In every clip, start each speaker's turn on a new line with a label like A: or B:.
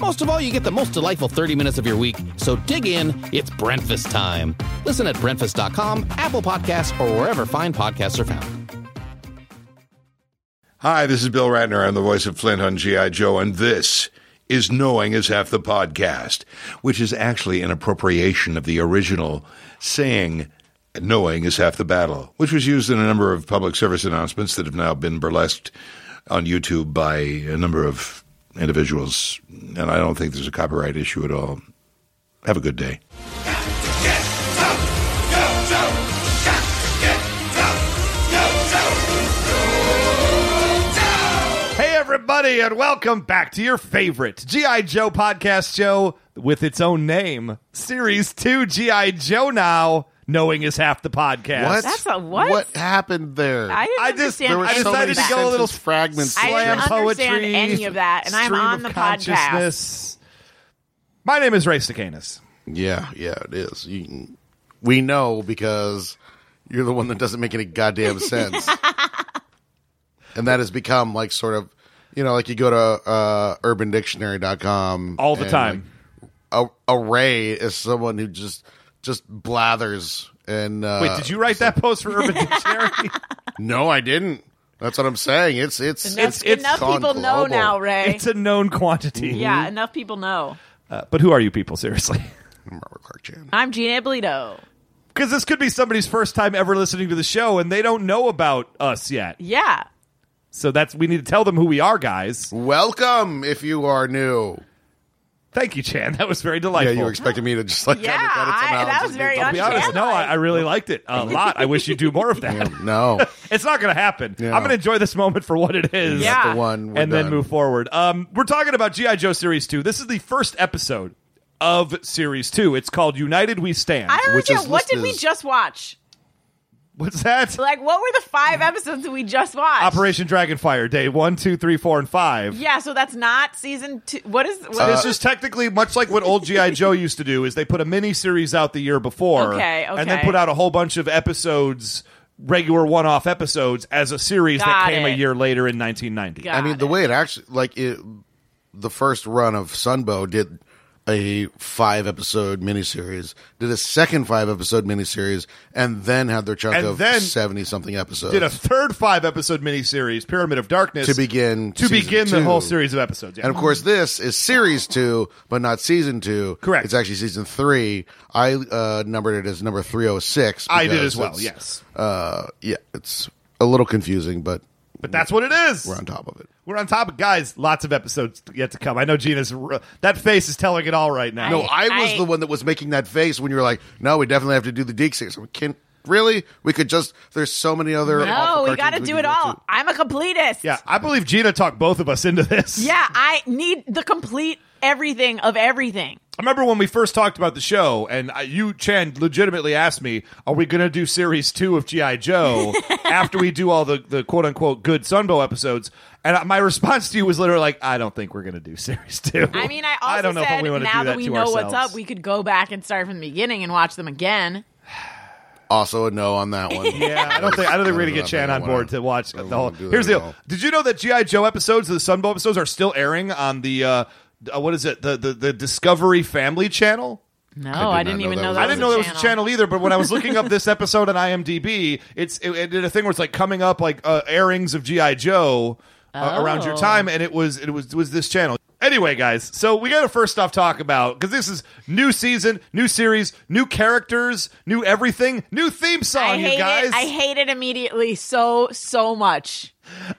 A: Most of all, you get the most delightful 30 minutes of your week. So dig in, it's breakfast time. Listen at breakfast.com, Apple Podcasts, or wherever fine podcasts are found.
B: Hi, this is Bill Ratner. I'm the voice of Flint on G.I. Joe, and this is Knowing is Half the Podcast, which is actually an appropriation of the original saying, Knowing is Half the Battle, which was used in a number of public service announcements that have now been burlesqued on YouTube by a number of individuals. And I don't think there's a copyright issue at all. Have a good day.
C: Hey, everybody, and welcome back to your favorite G.I. Joe podcast show with its own name, Series 2 G.I. Joe Now, Knowing is Half the Podcast.
D: What?
E: That's a what?
D: happened there?
E: I didn't
C: I just-
E: understand.
C: there were
D: was
C: I
D: so
C: decided
D: many
C: to go a little
D: sentence fragments.
E: I
C: slam
E: didn't
C: poetry,
E: understand any of that, and I'm
C: stream
E: on
C: of
E: the podcast.
C: consciousness. My name is Ray Stacanis.
D: Yeah, yeah, it is. You, can- we know because you're the one that doesn't make any goddamn sense, and that has become like sort of, you know, like you go to uh, UrbanDictionary.com
C: All the
D: and,
C: time.
D: Like, a, a Ray is someone who just just blathers and uh,
C: Wait, did you write that post for Urban Dictionary?
D: No, I didn't. That's what I'm saying. It's it's
E: Enough,
D: it's
E: enough
D: gone
E: people know
D: global.
E: now, Ray.
C: it's a known quantity.
E: yeah, enough people know.
C: Uh, but who are you people, seriously?
D: I'm Robert Clark Chan.
E: I'm Gina Ablito.
C: Because this could be somebody's first time ever listening to the show, and they don't know about us yet.
E: Yeah.
C: So that's we need to tell them who we are, guys.
D: Welcome if you are new.
C: Thank you, Chan. That was very
D: Yeah,
C: delightful.
D: you expected me to just like
E: Yeah,
D: kinda cut it
E: I-
D: somehow.
E: that
D: Just
E: was very
D: make-
C: I'll be honest. No, I, I really liked it a lot. I wish you'd do more of that.
D: No,
C: It's not going to happen.
D: Yeah.
C: I'm going to enjoy this moment for what it is.
E: Yeah.
D: the one we're
C: and then
D: done.
C: move forward. Um, we're talking about GI Joe Series Two. This is the first episode of Series Two. It's called United We Stand.
E: I don't
D: Which
E: understand.
D: is
E: What did
D: listed
E: we
D: as-
E: just watch?
C: What's that?
E: Like, what were the five episodes that we just watched?
C: Operation Dragonfire, day one, two, three, four, and five.
E: Yeah, so that's not season two. What is. What
C: this is technically much like what old GI Joe used to do: is they put a mini series out the year before,
E: Okay,
C: and then
E: okay.
C: put out a whole bunch of episodes, regular one-off episodes, as a series that
E: Got
C: came a
E: it.
C: year later in 1990.
E: Got
D: I mean, the way it actually like it, the first run of Sunbow did a five episode miniseries, did a second five episode miniseries, and then had their chunk
C: And
D: of
C: then
D: seventy something episodes
C: Did a third five-episode miniseries, Pyramid of Darkness,
D: to begin
C: to
D: season
C: begin the
D: two.
C: whole series of episodes. Yeah.
D: And of course, this is series two, but not season two.
C: Correct.
D: It's actually season three. I uh, numbered it as number three hundred six.
C: I did as well.
D: Yes.
C: Yes,
D: uh, yeah, it's a little confusing, but
C: but that's what it is.
D: we're on top of it.
C: We're on top of guys. Lots of episodes yet to come. I know Gina's r- that face is telling it all right now.
D: No, I, was
E: I-
D: the one that was making that face when you were like, "No, we definitely have to do the Deke series." I'm like, Can really? We could just. There's so many other.
E: no,
D: awful
E: we got to
D: cartoons
E: do
D: could
E: it all.
D: to.
E: I'm a completist.
C: yeah, I believe Gina talked both of us into this.
E: Yeah, I need the complete everything of everything.
C: I remember when we first talked about the show, and I, you, Chen, legitimately asked me, "Are we going to do series two of GI Joe after we do all the, the quote unquote good Sunbow episodes?" And I- my response to you was literally like, "I don't think we're going to do series two.
E: I mean, I also
C: I don't know
E: said
C: if we want to do
E: now
C: that,
E: that we
C: to
E: know
C: ourselves.
E: what's up, we could go back and start from the beginning and watch them again.
D: Also, a no on that one.
C: Yeah, I don't think I don't think we're gonna
D: I
C: get
D: don't
C: Chan
D: know
C: on
D: if I
C: board
D: wanna-
C: to watch the
D: don't
C: whole.
D: wanna do that
C: Here's the
D: at
C: deal.
D: all.
C: Did you know that GI Joe episodes, the Sunbow episodes, are still airing on the uh, uh, what is it the the, the Discovery Family channel?
E: No,
D: not
E: I, did not
D: know
E: even
D: that
E: know
D: was
E: that.
D: a
C: I didn't know there was a channel either, but when I was looking up this episode on IMDb, it's it, it did a thing where it's like coming up like uh, airings of GI Joe uh, around your
E: Oh.
C: time, and it was it was it was this channel. Anyway, guys, so we got to first off talk about because this is new season, new series, new characters, new everything, new theme song,
E: I
C: you
E: hate
C: guys.
E: it. I hate it immediately so so much.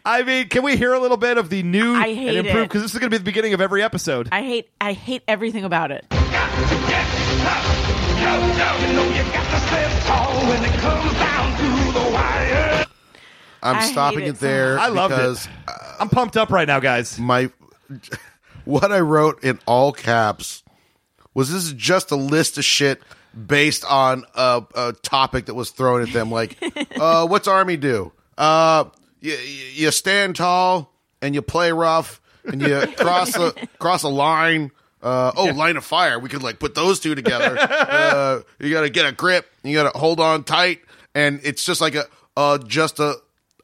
C: I mean, can we hear a little bit of the new
E: I hate
C: and improved?
E: it.
C: Because this is going to be the beginning of every episode.
E: I hate I hate everything about it.
D: I'm
E: I hate
D: stopping
E: it
D: it,
E: so
D: there.
C: I loved
D: because
C: it. I'm pumped up right now, guys.
D: My what I wrote in all caps was this is just a list of shit based on a, a topic that was thrown at them. Like, uh, what's army do? Uh, you, you stand tall and you play rough and you cross a cross a line. Uh, oh, line of fire. We could like put those two together. Uh, you got to get a grip. You got to hold on tight. And it's just like a uh, just a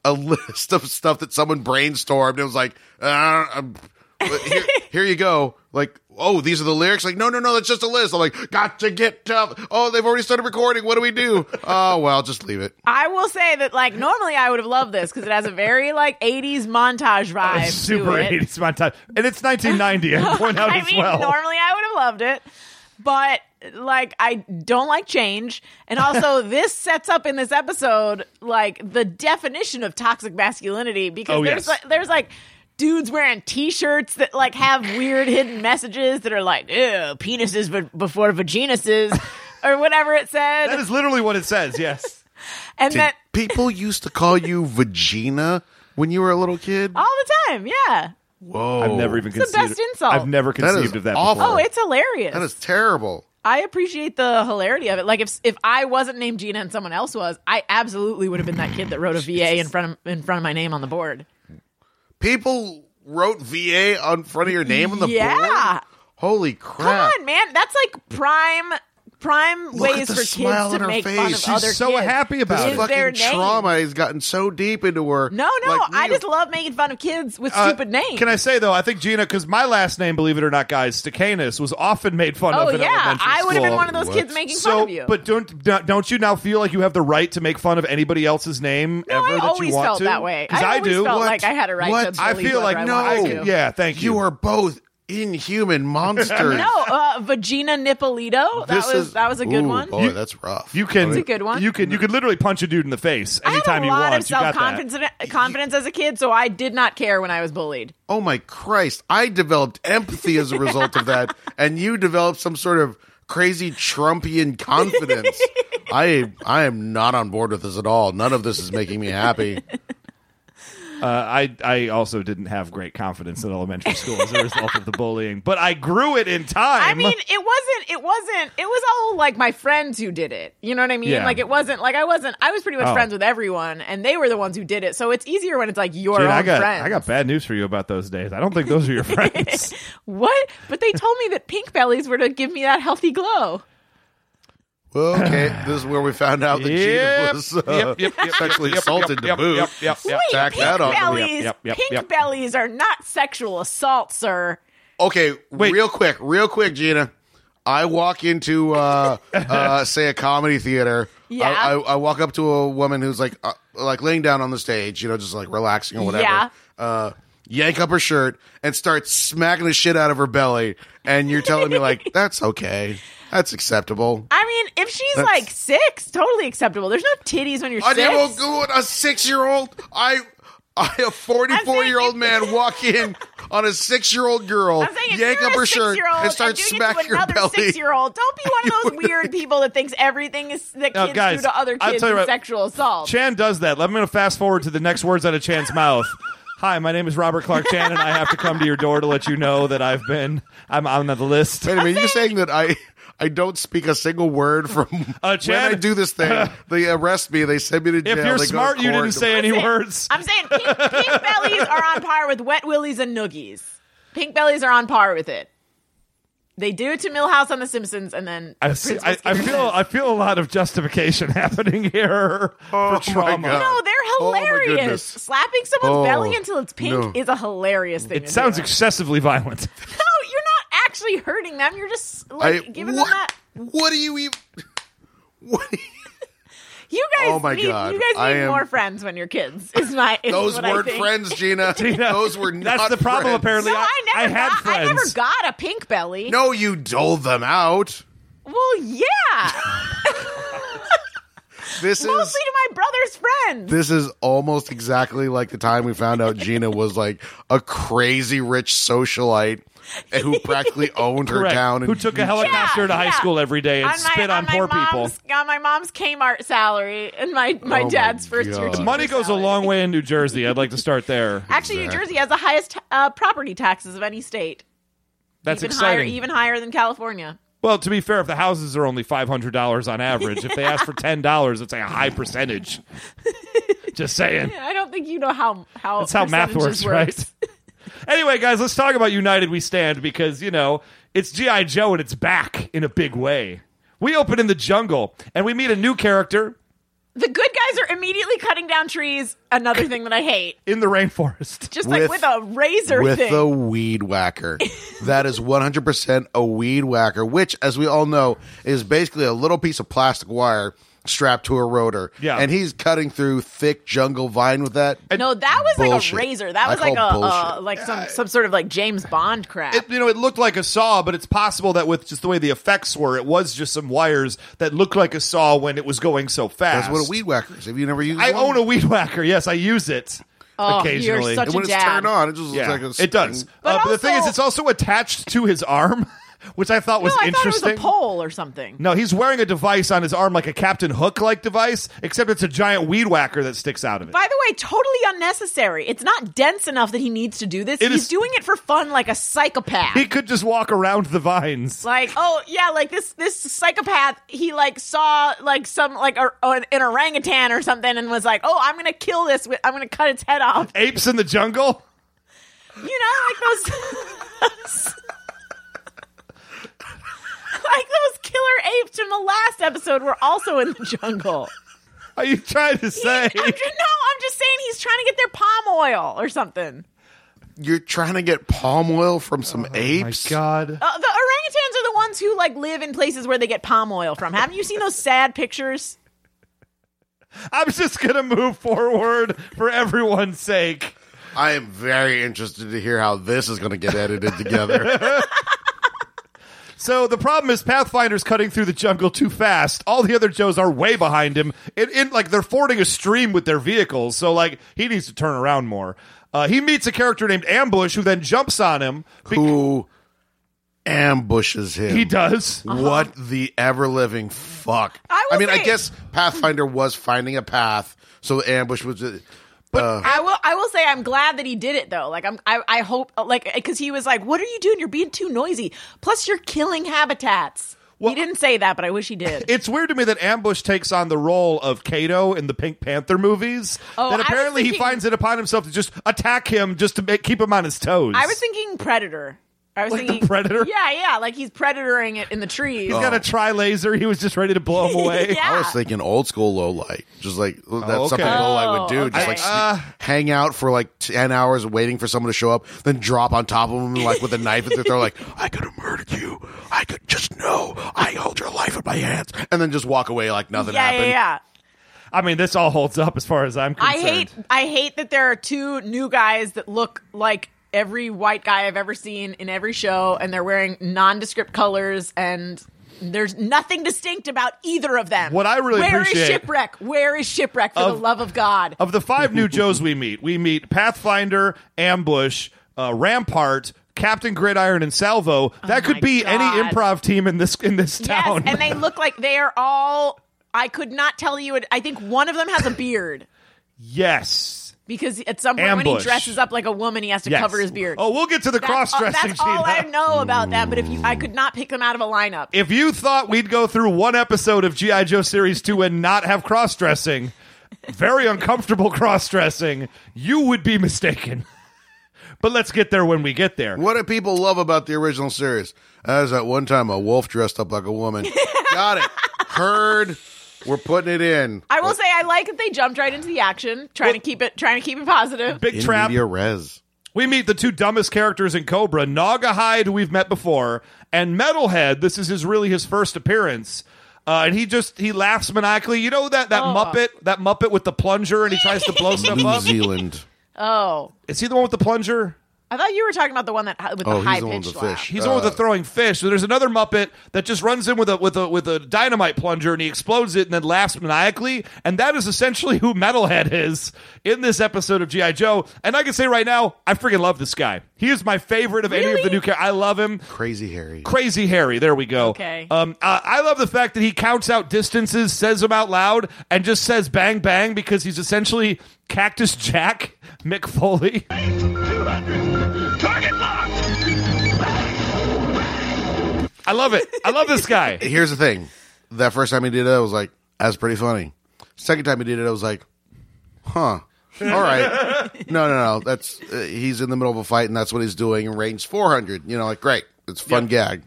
D: a list of stuff that someone brainstormed. It was like, uh, I'm- here, here you go. Like, oh, these are the lyrics. Like, no, no, no, that's just a list. I'm like, got to get tough. Oh, they've already started recording. What do we do? Oh, well, just leave it.
E: I will say that like normally I would have loved this because it has a very like 80s montage vibe. to
C: Super
E: it.
C: 80s my time. And it's 1990, I point out
E: I
C: as
E: mean,
C: well.
E: normally I would have loved it, but like I don't like change, and also this sets up in this episode like the definition of toxic masculinity because
C: Oh, yes.
E: there's like, there's like dudes wearing t-shirts that like have weird hidden messages that are like ew, penises be- before vaginuses or whatever it said,
C: that is literally what it says, yes.
E: and
D: Did
E: that
D: people used to call you Vagina when you were a little kid?
E: all the time, yeah.
D: Whoa.
C: I've never even
E: Oh. It's the
C: conceived
E: best insult.
C: I've never
D: is
C: conceived of that
D: awful.
C: before.
E: Oh, it's hilarious.
D: That is terrible.
E: I appreciate the hilarity of it. Like if if I wasn't named Gina and someone else was, I absolutely would have been that kid that wrote a VA in front of in front of my name on the board.
D: People wrote VA on front of your name on the
E: Yeah.
D: board? Holy
E: Come
D: crap.
E: on, man, that's like prime prime
D: Look at
E: ways
D: the
E: for kids
D: smile
E: to
D: on her
E: make
D: face.
E: fun of
D: She's
E: other
C: so
E: kids.
C: happy about
E: Is
C: it.
D: Fucking
E: their name.
D: trauma has gotten so deep into her.
E: No, no,
D: Like,
E: I
D: we-
E: just love making fun of kids with
C: Uh,
E: stupid names.
C: Can I say though? I think Gina, because my last name, believe it or not, guys, Stakanis was often made fun
E: oh
C: of. in
E: yeah,
C: elementary
E: I would have been
C: school.
E: one of those
D: What?
E: kids making
C: so,
E: fun of you.
C: but don't don't- don't you now feel like you have the right to make fun of anybody else's name
E: no,
C: ever
E: Oh, I
C: that
E: always
C: you want
E: felt
C: to?
E: that way.
C: 'Cause I,
E: always
C: do.
E: felt
D: What?
E: like I had a right
D: What?
E: to bully
C: I feel
E: whoever
C: like
E: I
C: no.
E: wanted to.
C: Yeah, thank you.
D: You are both inhuman monsters.
E: No, uh, Vagina Nippolito. That
D: This
E: was
D: is-
E: that was a good
D: Ooh,
E: one.
C: Oh,
D: Boy, that's rough.
C: You can.
E: That's a good one.
C: You can. You can literally punch a dude in the face
E: I had
C: anytime
E: a
C: you
E: lot
C: want.
E: of
C: you got
E: self
C: that.
E: confidence confidence as a kid, so I did not care when I was bullied.
D: oh my Christ, I developed empathy as a result of that, and you developed some sort of crazy Trumpian confidence. I I am not on board with this at all. None of this is making me happy.
C: Uh, I I also didn't have great confidence in elementary school as a result of the bullying, but I grew it in time.
E: I mean, it wasn't. It wasn't. It was all like my friends who did it. You know what I mean?
C: Yeah.
E: Like it wasn't. Like I wasn't. I was pretty much
C: Oh.
E: friends with everyone, and they were the ones who did it. So it's easier when it's like your
C: Dude,
E: own
C: I got
E: friends.
C: I got bad news for you about those days. I don't think those are your friends.
E: what? But they told me that pink bellies were to give me that healthy glow.
D: Well, okay, this is where we found out that
C: Yep.
D: Gina was uh,
C: Yep, yep, yep,
D: sexually
C: yep,
D: assaulted
C: yep,
D: to
C: yep,
D: boot.
C: yep, yep, yep.
E: Wait,
D: Tack
E: pink
D: that on.
E: bellies.
C: Yep, yep,
E: pink
C: yep.
E: bellies are not sexual assault, sir.
D: Okay,
C: Wait.
D: real quick, real quick, Gina. I walk into, uh, uh, say, a comedy theater.
E: Yeah.
D: I, I, I walk up to a woman who's like, uh, like laying down on the stage, you know, just like relaxing or whatever.
E: Yeah.
D: Uh, yank up her shirt and start smacking the shit out of her belly, and you're telling me like that's okay, that's acceptable.
E: I mean, if she's
D: That's-
E: like six, totally acceptable. There's no titties when you're
D: I
E: six.
D: never go with a six-year-old. I, I a forty-four-year-old
E: I'm
D: man walk in on a six-year-old girl,
E: I'm saying if
D: yank
E: you're
D: up
E: a
D: her shirt,
E: six-year-old
D: and start
E: doing it
D: smacking
E: to
D: her
E: another
D: belly.
E: Six-year-old, don't be one of those weird people that thinks everything is that kids
C: No, guys,
E: do to other
C: I'll
E: kids
C: tell you
E: is
C: what-
E: sexual assault.
C: Chan does that. Let me fast forward to the next words out of Chan's mouth. Hi, my name is Robert Clark Chan, and I have to come to your door to let you know that I've been I'm on the list.
D: Wait a minute, you're saying that I I don't speak a single word from
C: Uh,
D: when
C: Chad-
D: I do this thing. they arrest me. They send me to
C: If
D: jail.
C: you're
D: they go to
C: smart, you
D: court.
C: didn't say any words.
E: I'm saying pink, pink bellies are on par with wet willies and noogies. Pink bellies are on par with it. They do it to Millhouse on The Simpsons, and then
C: I,
E: Prince
C: see- I,
E: Biscuit
C: I
E: says-
C: feel uh, I feel a lot of justification happening here
D: Oh,
C: for
D: my
C: trauma.
D: God.
E: No,
D: Oh, my
E: they're hilarious.
D: goodness.
E: Slapping someone's
D: Oh,
E: belly until it's pink
D: no.
E: is a hilarious thing.
C: It sounds
E: do.
C: excessively violent.
E: no, you're not actually hurting them. You're just
D: I,
E: like giving
D: what?
E: them that.
D: What do you even? What? do you-
E: You guys,
D: Oh my
E: need,
D: God.
E: you guys
D: I
E: need
D: am-
E: more friends when you're kids. Is my is
D: Those
E: what I
D: weren't
E: think.
D: friends, Gina. Those were not
C: That's the problem,
D: friends.
C: apparently.
E: No, I never
C: had
E: got,
C: friends.
E: I never got a pink belly.
D: No, you doled them out.
E: Well, yeah,
D: This
E: mostly
D: is
E: to my brother's friends.
D: this is almost exactly like the time we found out Gina was like a crazy rich socialite who practically owned her
C: Correct.
D: town.
C: Who took a helicopter to high
E: yeah.
C: school every day and
E: on my,
C: spit on,
E: my
C: poor people.
E: mom's, On my mom's Kmart salary and my my
D: Oh my
E: dad's first year
D: God.
E: teacher's
C: Money goes a
E: salary.
C: long way in New Jersey. I'd like to start there.
E: Actually, New Jersey has the highest uh, property taxes of any state.
C: That's
E: even
C: exciting.
E: higher, even higher than California.
C: Well, to be fair, if the houses are only five hundred dollars on average, if they ask for ten dollars, it's a high percentage. Just saying.
E: I don't think you know how how
C: That's how math works,
E: percentages
C: right? anyway, guys, let's talk about United We Stand because, you know, it's G.I. Joe and it's back in a big way. We open in the jungle and we meet a new character
E: The good guys are immediately cutting down trees. Another thing that I hate,
C: in the rainforest.
E: just
D: With-
E: like with a razor
D: with
E: thing.
D: a weed whacker. that is 100% a weed whacker, which, as we all know, is basically a little piece of plastic wire strapped to a rotor.
C: Yeah.
D: And he's cutting through thick jungle vine with that.
E: no, that was
D: Bullshit.
E: like a razor. That
D: I
E: was like a,
D: call
E: uh
D: bullshit.
E: like some some sort of like James Bond crap.
C: It, you know, it looked like a saw, but it's possible that with just the way the effects were, it was just some wires that looked like a saw when it was going so fast.
D: That's what a weed whacker is. Have you never used
C: I
D: one?
C: own a weed whacker. Yes, I use it
E: Oh,
C: occasionally.
E: You're such
D: And when
E: a
D: it's
E: dad.
D: turned on, it just looks
C: yeah,
D: like a
C: it does.
D: spring.
C: But,
E: But
C: uh, but the thing is,
E: also-
C: it's also attached to his arm, which I thought
E: no,
C: was
E: I thought it
C: interesting.
E: was a pole or something.
C: No, he's wearing a device on his arm like a Captain Hook like device, except it's a giant weed whacker that sticks out of it.
E: By the way, totally unnecessary. It's not dense enough that he needs to do this.
C: It
E: He's
C: is-
E: doing it for fun, like a psychopath.
C: He could just walk around the vines.
E: like oh yeah like this this psychopath he like saw like some like a, an, an orangutan or something and was like oh i'm gonna kill this with, i'm gonna cut its head off
C: Apes in the jungle?
E: you know like those like those killer apes from the last episode were also in the jungle
C: Are you trying to say?
E: I'm ju- no i'm just saying he's trying to get their palm oil or something
D: You're trying to get palm oil from some
C: Oh My
D: apes?
C: God.
E: uh, the orangutans are the ones who like live in places where they get palm oil from haven't you seen those sad pictures
C: I'm just going to move forward for everyone's sake.
D: I am very interested to hear how this is going to get edited together.
C: So the problem is Pathfinder's cutting through the jungle too fast. All the other Joes are way behind him. It, it like they're fording a stream with their vehicles, so like he needs to turn around more. Uh, he meets a character named Ambush, who then jumps on him. Be-
D: Who ambushes him?
C: He does.
D: What the ever living fuck?
E: Uh-huh. I will
D: mean, I
E: say-
D: guess Pathfinder was finding a path, so the ambush was. uh, But
E: I will. I will say I'm glad that he did it though. Like I'm. I, I hope. Like because he was like, "What are you doing? You're being too noisy. Plus, you're killing habitats."
C: Well-
E: he didn't say that, but I wish he did.
C: It's weird to me that Ambush takes on the role of Kato in the Pink Panther movies.
E: Oh,
C: that
E: I was
C: apparently he
E: thinking-
C: finds it upon himself to just attack him just to make, keep him on his toes.
E: I was thinking predator. I was
C: Like the
E: thinking
C: Predator?
E: Yeah, yeah. Like he's predatoring it in the trees.
C: He's got a tri laser. He was just ready to blow him away.
E: yeah.
D: Oh. I was thinking old school low light, just like that's
C: okay.
D: something low light would do.
E: Oh,
D: Just like
E: okay.
D: sneak- hang out for like ten hours waiting for someone to show up, then drop on top of them like with a knife at their throat, like I could have murdered you. I could just know I held your life in my hands, and then just walk away like nothing
E: yeah,
D: happened.
E: yeah, yeah.
C: I mean, this all holds up as far as I'm
E: I
C: concerned.
E: hate. I hate that there are two new guys that look like every white guy I've ever seen in every show, and they're wearing nondescript colors and. There's nothing distinct about either of them.
C: What I really
E: Where is
C: appreciate-
E: shipwreck? Where is shipwreck for the love of God?
C: Of the five new Joes we meet, we meet Pathfinder, Ambush, uh, Rampart, Captain Gridiron, and Salvo. That could
E: Oh my
C: be any
E: God.
C: improv team in this in this
E: yes,
C: town.
E: and they look like they are all. I could not tell you. it- I think one of them has a beard
C: yes.
E: because at some point when
C: Ambush.
E: he dresses up like a woman, he has to
C: Yes.
E: cover his beard.
C: Oh, we'll get to the
E: That's all-
C: cross dressing.
E: That's all I know about that. But if you, I could not pick them out of a lineup.
C: if you thought we'd go through one episode of GI Joe Series 2 and not have cross dressing, very uncomfortable cross dressing, you would be mistaken. but let's get there when we get there.
D: What do people love about the original series? That was that one time a wolf dressed up like a woman. Got it. Heard. We're putting it in.
E: I will say I like that they jumped right into the action, trying to keep it, trying to keep it positive.
C: Big
D: in
C: trap.
D: media res.
C: We meet the two dumbest characters in Cobra, Naga Hide, who we've met before, and Metalhead. This is his really his first appearance. Uh, and he just he laughs maniacally. You know that that
E: Oh.
C: Muppet that Muppet with the plunger, and he tries to blow stuff
D: New
C: up.
D: Zealand.
E: Oh,
C: Is he the one with the plunger?
E: I thought you were talking about the one that with
D: Oh,
E: the
D: he's
E: high
D: the one with
E: pitched
D: the
E: laugh.
D: fish.
C: He's the one with the throwing fish. So there's another Muppet that just runs in with a with a with a dynamite plunger and he explodes it and then laughs maniacally. And that is essentially who Metalhead is in this episode of GI Joe. And I can say right now, I freaking love this guy. He is my favorite of any of the
E: Really?
C: new characters. I love him.
D: Crazy Harry.
C: Crazy Harry. There we go.
E: Okay.
C: Um, uh, I love the fact that he counts out distances, says them out loud, and just says bang bang because he's essentially Cactus Jack Mick Foley.
F: 200. Target locked.
C: I love it. I love this guy.
D: Here's the thing. That first time he did it, I was like, that's pretty funny. Second time he did it, I was like, huh. All right. No, no, no. That's uh, he's in the middle of a fight and that's what he's doing in range 400. You know, like great. It's a fun gag.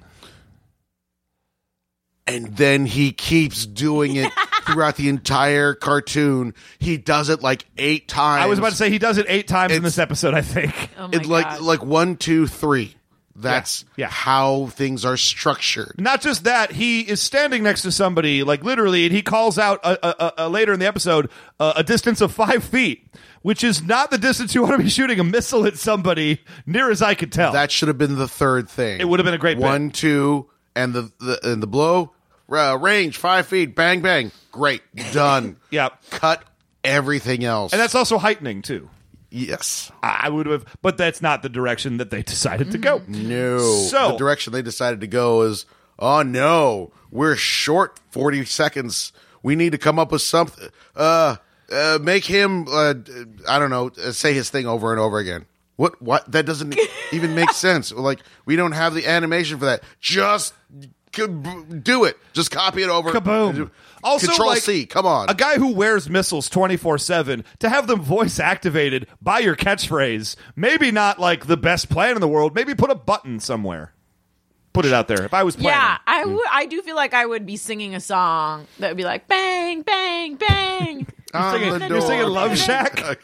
D: And then he keeps doing it throughout the entire cartoon. He does it like 8 times.
C: I was about to say he does it eight times in
D: It's-
C: this episode. I think.
E: Oh my
D: it, like
E: God.
D: like 1 two, three. That's
C: Yeah, yeah.
D: how things are structured.
C: Not just that, he is standing next to somebody, like literally, and he calls out uh, uh, uh, later in the episode uh, a distance of five feet, which is not the distance you want to be shooting a missile at somebody, near as I could tell.
D: That should have been the third thing.
C: Oh. It would have been a great bit.
D: one, two, and the, the and the blow uh, range five feet. Bang, bang. Great, done.
C: yeah,
D: Cut everything else.
C: and that's also heightening too.
D: yes,
C: I I would have, but that's not the direction that they decided to go.
D: no.
C: So-
D: the direction they decided to go is, oh no, we're short forty seconds. We need to come up with something. Uh, uh make him. Uh, d- I don't know. uh, Say his thing over and over again. What? What? That doesn't even make sense. Like we don't have the animation for that. Just. c- b- Do it. Just copy it over.
C: Kaboom. Also,
D: Control
C: like,
D: C. Come on.
C: A guy who wears missiles 24 7, to have them voice activated by your catchphrase, maybe not like the best plan in the world, maybe put a button somewhere. Put it out there. If I was planning.
E: yeah, I
D: Hmm.
E: would. I do feel like I would be singing a song that would be like bang, bang, bang.
D: On
C: singing-
D: the
C: you're
D: door.
C: singing Love Shack?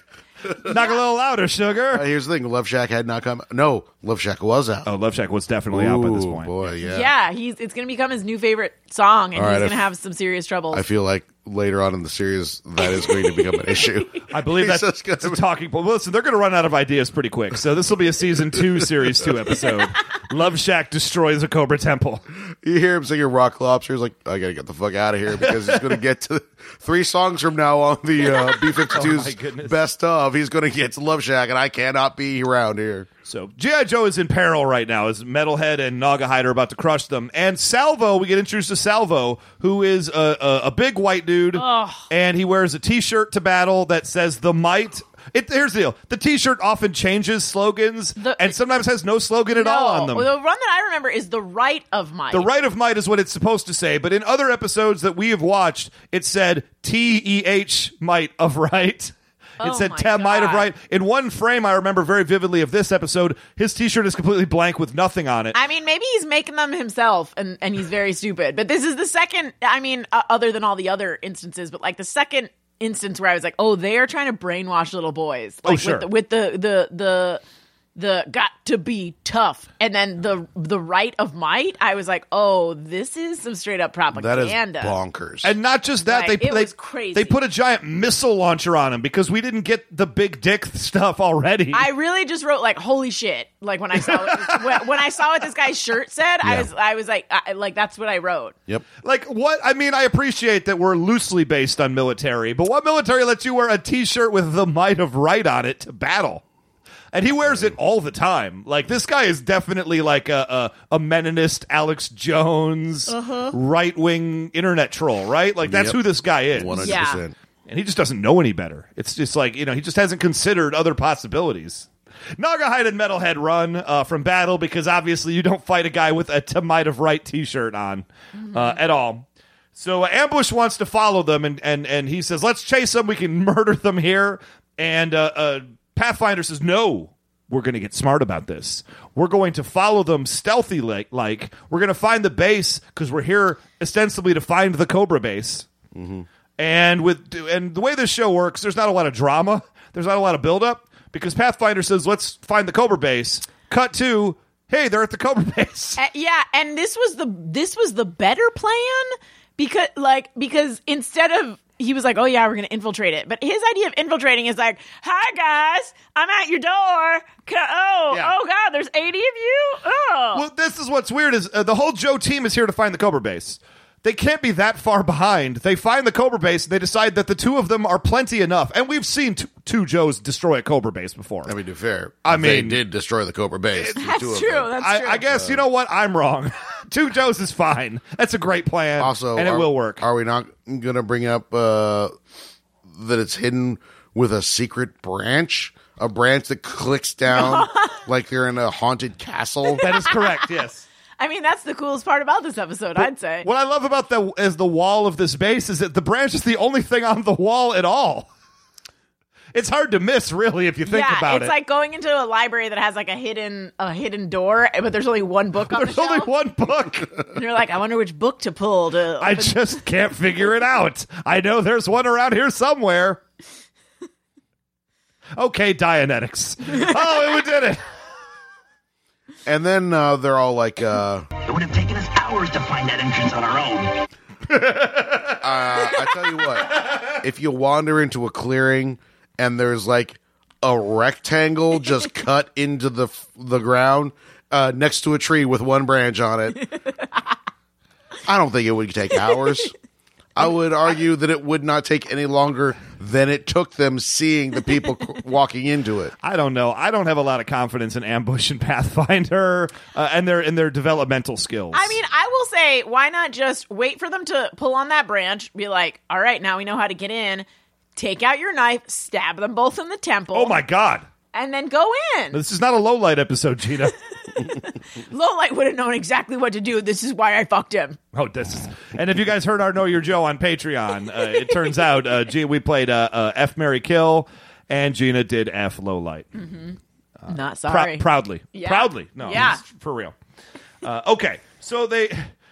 C: Knock a little louder,
D: Uh,
C: sugar.
D: Here's the thing: Love Shack had not come. No, Love Shack was out.
C: Oh, Love Shack was definitely out by this
D: Ooh,
C: point.
D: boy, yeah.
E: Yeah. he's it's gonna become his new favorite song, and
D: All right,
E: he's
D: I
E: gonna
D: f-
E: have some serious troubles.
D: I feel like later on in the series that is going to become an issue.
C: I believe
D: He's
C: that's,
D: just gonna
C: that's a
D: be-
C: talking point. Well, listen, they're going to run out of ideas pretty quick. So this will be a season two, series two episode. Love Shack destroys a Cobra Temple.
D: You hear him singing Rock Lobster. He's like, I gotta get the fuck out of here because he's going to get to three songs from now on the uh,
C: Oh my
D: B52's
C: goodness.
D: best of. He's going to get to Love Shack, and I cannot be around here.
C: So G.I. Joe is in peril right now as Metalhead and Naugahyde are about to crush them. And Salvo, we get introduced to Salvo, who is a, a, a big white dude, and he wears a T-shirt to battle that says "The Might." It, here's the deal: the T-shirt often changes slogans,
E: The-
C: and sometimes has no slogan at
E: No.
C: all on them.
E: Well, the one that I remember is the right of might.
C: The right of might is what it's supposed to say, but in other episodes that we have watched, it said T E H might of right. It
E: Oh
C: said
E: my
C: Tem might of
E: God.
C: right. In one frame, I remember very vividly of this episode, his t shirt is completely blank with nothing on it.
E: I mean, maybe he's making them himself, and and he's very stupid. But this is the second. I mean, uh, other than all the other instances, but like the second instance where I was like, oh, they are trying to brainwash little boys.
D: Oh,
E: Like
C: sure.
E: With the, with the the the the got to be tough, and then the the right of might. I was like, oh, this is some straight up
D: That
E: propaganda.
D: is bonkers.
C: and not just that,
E: Right,
C: they,
E: it
C: they,
E: was crazy.
C: they put a giant missile launcher on him because we didn't get the big dick stuff already.
E: I really just wrote like holy shit like when I saw what, when, when I saw what this guy's shirt said I was I was like I, like that's what I wrote
D: yep.
C: Like what? I mean, I appreciate that we're loosely based on military, but what military lets you wear a T-shirt with the might of right on it to battle? And he wears it all the time. Like this guy is definitely like a a, a meninist, Alex Jones, right wing internet troll, right? Like that's
D: Yep.
C: who this guy is,
D: 100%.
C: and he just doesn't know any better. It's just like you know, he just hasn't considered other possibilities. Nagahide and Metalhead run uh, from battle because obviously you don't fight a guy with a to might of right T-shirt on uh, at all. So uh, Ambush wants to follow them, and and and he says, "Let's chase them. We can murder them here." And uh, uh, Pathfinder says, "No." We're going to get smart about this. We're going to follow them stealthy like. like. We're going to find the base because we're here ostensibly to find the Cobra base. And with and the way this show works, there's not a lot of drama. There's not a lot of buildup because Pathfinder says, "Let's find the Cobra base." Cut to,
E: Eh,
C: hey, they're at the Cobra base.
E: Uh, yeah, and this was the this was the better plan because like because instead of he was like, "Oh yeah, we're gonna infiltrate it," but his idea of infiltrating is like, "Hi guys, I'm at your door. C- Oh,
C: Yeah.
E: oh god, there's eighty of you. Oh,
C: Well, this is what's weird is uh, the whole Joe team is here to find the Cobra base. They can't be that far behind. They find the Cobra base. They decide that the two of them are plenty enough, and we've seen t- two Joes destroy a Cobra base before.
D: I mean, to be fair,
C: I
D: they
C: mean-
D: did destroy the Cobra base. the
E: that's
D: two of
E: true.
D: them.
E: That's
C: I,
E: true.
C: I guess you know what I'm wrong. two Joes is fine. That's a great plan.
D: Also,
C: and it
D: are-
C: will work.
D: Are we not going to bring up uh, that it's hidden with a secret branch, a branch that clicks down like they're in a haunted castle?
C: that is correct. Yes.
E: I mean, that's the coolest part about this episode, I'd say.
C: What I love about the is the wall of this base is that the branch is the only thing on the wall at all. It's hard to miss, really, if you think
E: yeah,
C: about
E: it's
C: it.
E: like going into a library that has like a hidden a hidden door, but there's only one book on
C: There's
E: the
C: only
E: shelf.
C: one book.
E: And you're like, I wonder which book to pull to.
C: I
E: open-
C: just can't figure it out. I know there's one around here somewhere. Okay, Dianetics. Oh, we did it.
D: and then uh, they're all like, uh,
F: It would have taken us hours to find that entrance on our own.
D: Uh, I tell you what, if you wander into a clearing and there's like a rectangle just cut into the the ground uh, next to a tree with one branch on it, I don't think it would take hours. I would argue that it would not take any longer than it took them seeing the people c- walking into it.
C: I don't know. I don't have a lot of confidence in Ambush and Pathfinder uh, and their and their developmental skills.
E: I mean, I will say, why not just wait for them to pull on that branch? Be like, all right, now we know how to get in. Take out your knife, stab them both in the temple,
C: oh my god,
E: and then go in.
C: this is not a low light episode, Gina.
E: Lowlight would have known exactly what to do. This is why I fucked him.
C: Oh, this is. And if you guys heard our Know Your Joe on Patreon, uh, it turns out uh, G- we played uh, uh, F Mary Kill, and Gina did F Low Light. Uh, Prou-
E: Not Mm-hmm. sorry.
C: proudly,
E: Yeah.
C: proudly. No,
E: Yeah.
C: it's for real. Uh, okay, so they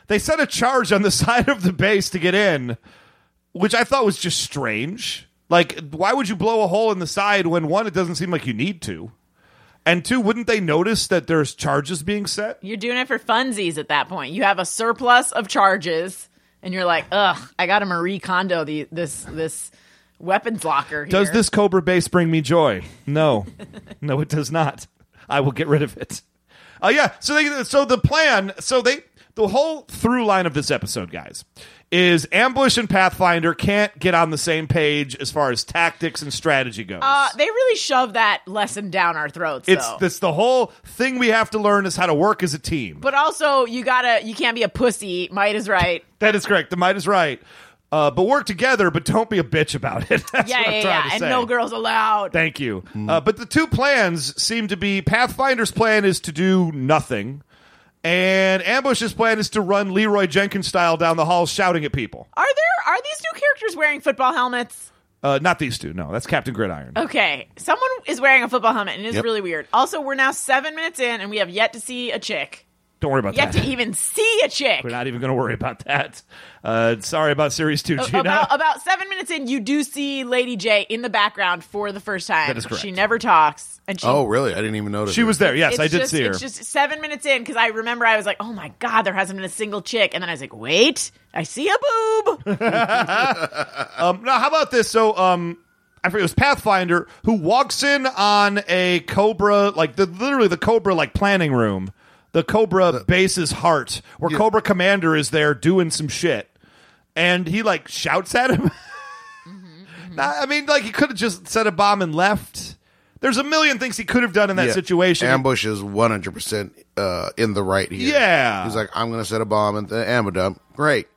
C: they set a charge on the side of the base to get in, which I thought was just strange. Like, why would you blow a hole in the side when one, it doesn't seem like you need to, and two, wouldn't they notice that there's charges being set?
E: You're doing it for funsies at that point. You have a surplus of charges, and you're like, ugh, I got to Marie Kondo the, this this weapons locker. Here.
C: Does this Cobra base bring me joy? No, no, it does not. I will get rid of it. Oh yeah. So they, so the plan, so they, the whole through line of this episode, guys, is Ambush and Pathfinder can't get on the same page as far as tactics and strategy goes.
E: Uh, they really shove that lesson down our throats.
C: it's
E: though.
C: this the whole thing we have to learn is how to work as a team.
E: But also, you gotta, you can't be a pussy. Might is right.
C: that is correct. The might is right. Uh, but work together, but don't be a bitch about it. That's
E: yeah,
C: what I'm
E: yeah,
C: trying
E: yeah.
C: to
E: And
C: say.
E: no girls allowed.
C: Thank you. Uh, but the two plans seem to be Pathfinder's plan is to do nothing, and Ambush's plan is to run Leroy Jenkins style down the hall shouting at people.
E: are there? Are these two characters wearing football helmets?
C: Uh, not these two. No, that's Captain Gridiron.
E: Uh, Okay, someone is wearing a football helmet, and it's
D: Yep.
E: really weird. Also, we're now seven minutes in, and we have yet to see a chick.
C: Don't worry about
E: Yet
C: that.
E: to e- even see a chick.
C: We're not even going to worry about that. Uh, sorry about Series 2, Gina.
E: About, about seven minutes in, you do see Lady J in the background for the first time.
C: That is correct.
E: She never talks, and she
D: Oh, really? I didn't even notice.
C: she
D: it.
C: was there. Yes,
E: It's
C: I did
E: just,
C: see her.
E: It's just seven minutes in because I remember I was like, "Oh my god, there hasn't been a single chick," and then I was like, "Wait, I see a boob."
C: Um, now, how about this? So, um, I forget it was Pathfinder who walks in on a Cobra, like the literally the Cobra like planning room, the Cobra base's heart, where Cobra Commander is there doing some shit, and he like shouts at him. Nah, I mean, like he could have just set a bomb and left. There's a million things he could have done in that
D: Yeah.
C: situation.
D: Ambush is 100% uh, in the right here.
C: Yeah.
D: He's like, I'm going to set a bomb at the ammo dump. Great.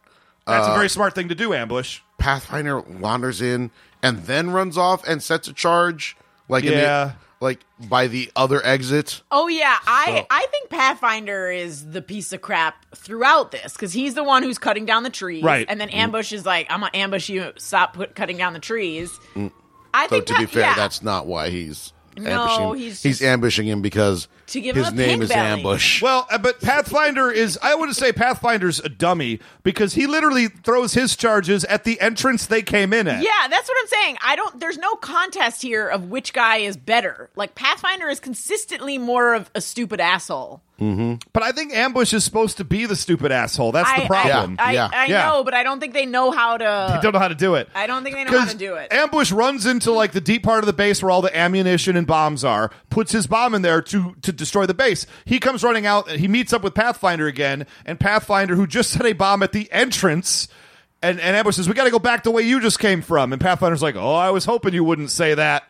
C: That's a very smart thing to do, ambush.
D: Pathfinder wanders in and then runs off and sets a charge, like in
C: Yeah.
D: the, like by the other exit.
E: oh yeah, I I think Pathfinder is the piece of crap throughout this because he's the one who's cutting down the trees,
C: Right. Mm-hmm.
E: And then Ambush is like, "I'm gonna ambush you. Stop put, cutting down the trees." I
D: So
C: Mm.
E: think
D: to be
E: Pa-
D: fair,
E: yeah.
D: that's not why he's
E: No,
D: ambushing.
E: he's
D: He's,
E: just-
D: ambushing him because
E: to give
D: His
E: him a
D: name
E: pig
D: is
E: belly.
D: Ambush.
C: Well, uh, but Pathfinder is, I would say Pathfinder's a dummy because he literally throws his charges at the entrance they came in at.
E: Yeah, that's what I'm saying. I don't. There's no contest here of which guy is better. Like Pathfinder is consistently more of a stupid asshole.
C: But I think Ambush is supposed to be the stupid asshole. That's
E: I,
C: the problem.
E: I, I,
D: Yeah.
E: I
C: Yeah.
E: know, but I don't think they know how
C: I
E: to.
C: don't know how to do it.
E: I don't think they know how
C: 'Cause
E: to do it.
C: Ambush runs into like the deep part of the base where all the ammunition and bombs are, puts his bomb in there to to destroy the base. He comes running out, and he meets up with Pathfinder again, and Pathfinder who just set a bomb at the entrance. And, and Ambush says, "We got to go back the way you just came from." And Pathfinder's like, "Oh, I was hoping you wouldn't say that."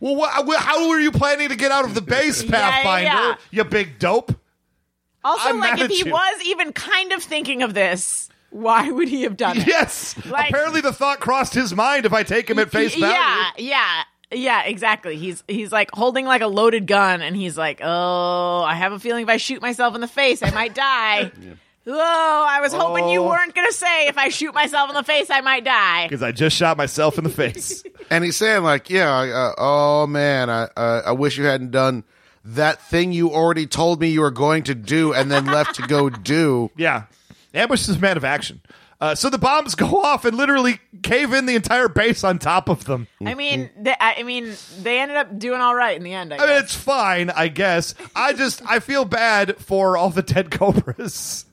C: Well, wha- wha- how were you planning to get out of the base,
E: Yeah, yeah,
C: Pathfinder?
E: yeah.
C: You big dope.
E: Also,
C: I'm
E: like
C: mad
E: if
C: at
E: he
C: you.
E: was even kind of thinking of this, why would he have done it?
C: Yes.
E: Like-
C: Apparently, the thought crossed his mind. If I take him at face value,
E: Yeah, yeah. Yeah, exactly. He's he's like holding like a loaded gun and he's like, "Oh, I have a feeling if I shoot myself in the face, I might die." Oh, I was hoping you
C: Oh.
E: weren't going to say if I shoot myself in the face, I might die.
C: because I just shot myself in the face.
D: And he's saying like, yeah, uh, oh man, I uh, I wish you hadn't done that thing you already told me you were going to do, and then left to go do.
C: yeah, ambush is a man of action. Uh, so the bombs go off and literally cave in the entire base on top of them.
E: I mean, they, I I mean, they ended up doing all right in the end, I
C: I mean,
E: guess.
C: it's fine, I guess. I just I feel bad for all the dead cobras,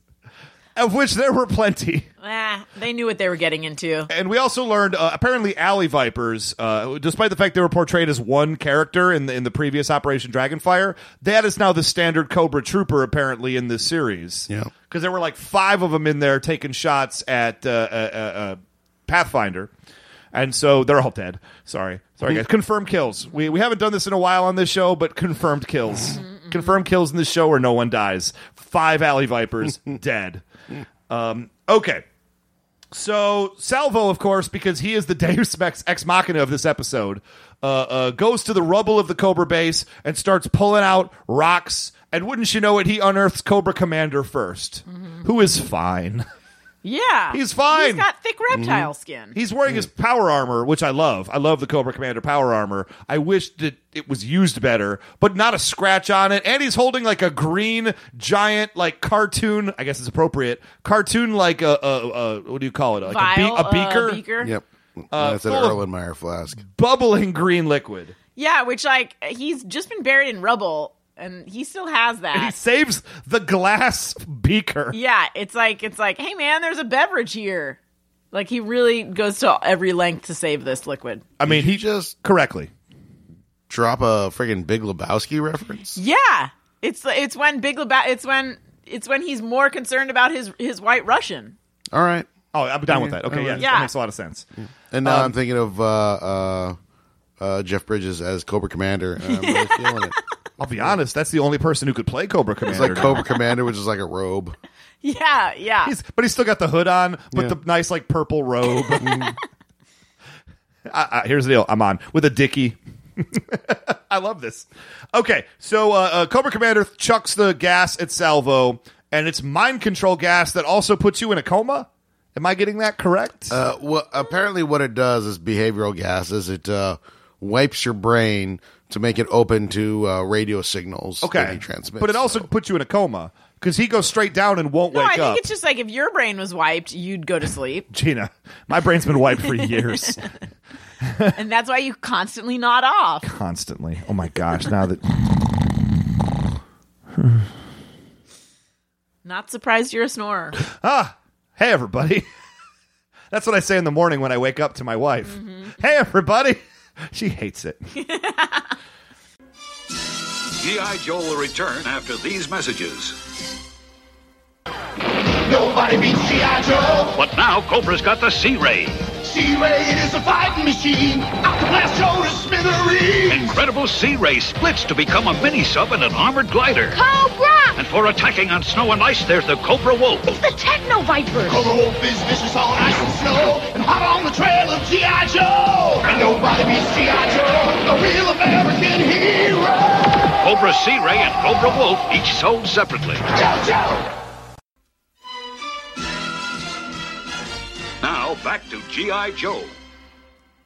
C: of which there were plenty.
E: Ah, they knew what they were getting into.
C: And we also learned uh, apparently alley vipers, uh, despite the fact they were portrayed as one character in the, in the previous Operation Dragonfire, that is now the standard Cobra Trooper apparently in this series.
D: Yeah.
C: because there were like five of them in there taking shots at uh, uh, uh, uh, Pathfinder, and so they're all dead. Sorry, sorry guys. Confirmed kills. We we haven't done this in a while on this show, but confirmed kills. confirmed kills in this show where no one dies. Five alley vipers dead. Um, okay. So Salvo, of course, because he is the Deus Ex, ex Machina of this episode, uh, uh, goes to the rubble of the Cobra base and starts pulling out rocks. And wouldn't you know it, he unearths Cobra Commander 1st
E: Mm-hmm.
C: who is fine.
E: Yeah.
C: He's fine. Mm-hmm.
E: He's got thick reptile skin.
C: He's wearing his power armor, which I love. I love the Cobra Commander power armor. I wish that it was used better, but not a scratch on it. And he's holding like a green giant, like cartoon. I guess it's appropriate cartoon, like a, a, a uh, what do you call it? Like
E: Vial,
C: a, be- a
E: uh,
C: beaker,
E: beaker.
D: Yep, that's an
C: Uh, full of-
D: Erlenmeyer flask.
C: bubbling green liquid.
E: Yeah, which like he's just been buried in rubble and he still has
C: He
E: that.
C: saves the glass beaker.
E: yeah, it's like it's like, hey man, there's a beverage here. Like he really goes to every length to save this liquid.
C: I mean, he
D: just
C: correctly.
D: drop a friggin' Big Lebowski reference?
E: Yeah. It's it's when Big Lebowski it's when it's when he's more concerned about his his white Russian.
D: All right.
C: Oh, I'm down with that. Okay, yeah,
E: Yeah.
C: that makes a lot of sense.
D: And now I'm thinking of uh, uh, uh, Jeff Bridges as Cobra Commander. And I'm really feeling it.
C: I'll be honest, that's the only person who could play Cobra Commander.
D: It's like Cobra Commander, which is like a robe.
E: Yeah, yeah.
C: He's- but he's still got the hood on, but
D: Yeah. Mm-hmm.
C: the nice like purple robe. I, I, here's the deal: I'm on with a dicky. I love this. Okay, so uh, uh, Cobra Commander chucks the gas at Salvo, and it's mind control gas that also puts you in a coma. Am I getting that correct?
D: Uh, well, apparently, what it does is behavioral gases. It uh, wipes your brain to make it open to uh, radio signals. that
C: okay,
D: he transmits.
C: but it also
D: So-
C: puts you in a coma because he goes straight down and won't
E: no,
C: wake
E: I think
C: up.
E: it's just like if your brain was wiped, you'd go to sleep.
C: Gina, my brain's been wiped for years.
E: and that's why you constantly nod off.
C: constantly. Oh my gosh! Now that
E: Not surprised you're a snorer.
C: hey everybody, that's what I say in the morning when I wake up to my wife.
E: Mm-hmm.
C: Hey everybody, she hates it.
G: G.I. Joe will return after these messages.
H: Nobody beats G.I. Joe.
G: But now Cobra's got the Sea Ray.
H: C-Ray, it is a fighting machine. I can blast Joe to smithereens.
G: Incredible Sea Ray splits to become a mini sub and an armored glider.
I: Cobra!
G: And for attacking on snow and ice, there's the Cobra Wolf.
I: It's Oh, the Techno Vipers!
H: Cobra Wolf is vicious on ice and snow. And hot on the trail of G.I. Joe. And nobody beats G.I. Joe, the real American hero.
G: Cobra Sea Ray and Cobra Wolf each sold separately.
H: Joe, Joe.
G: Now back to G.I. Joe.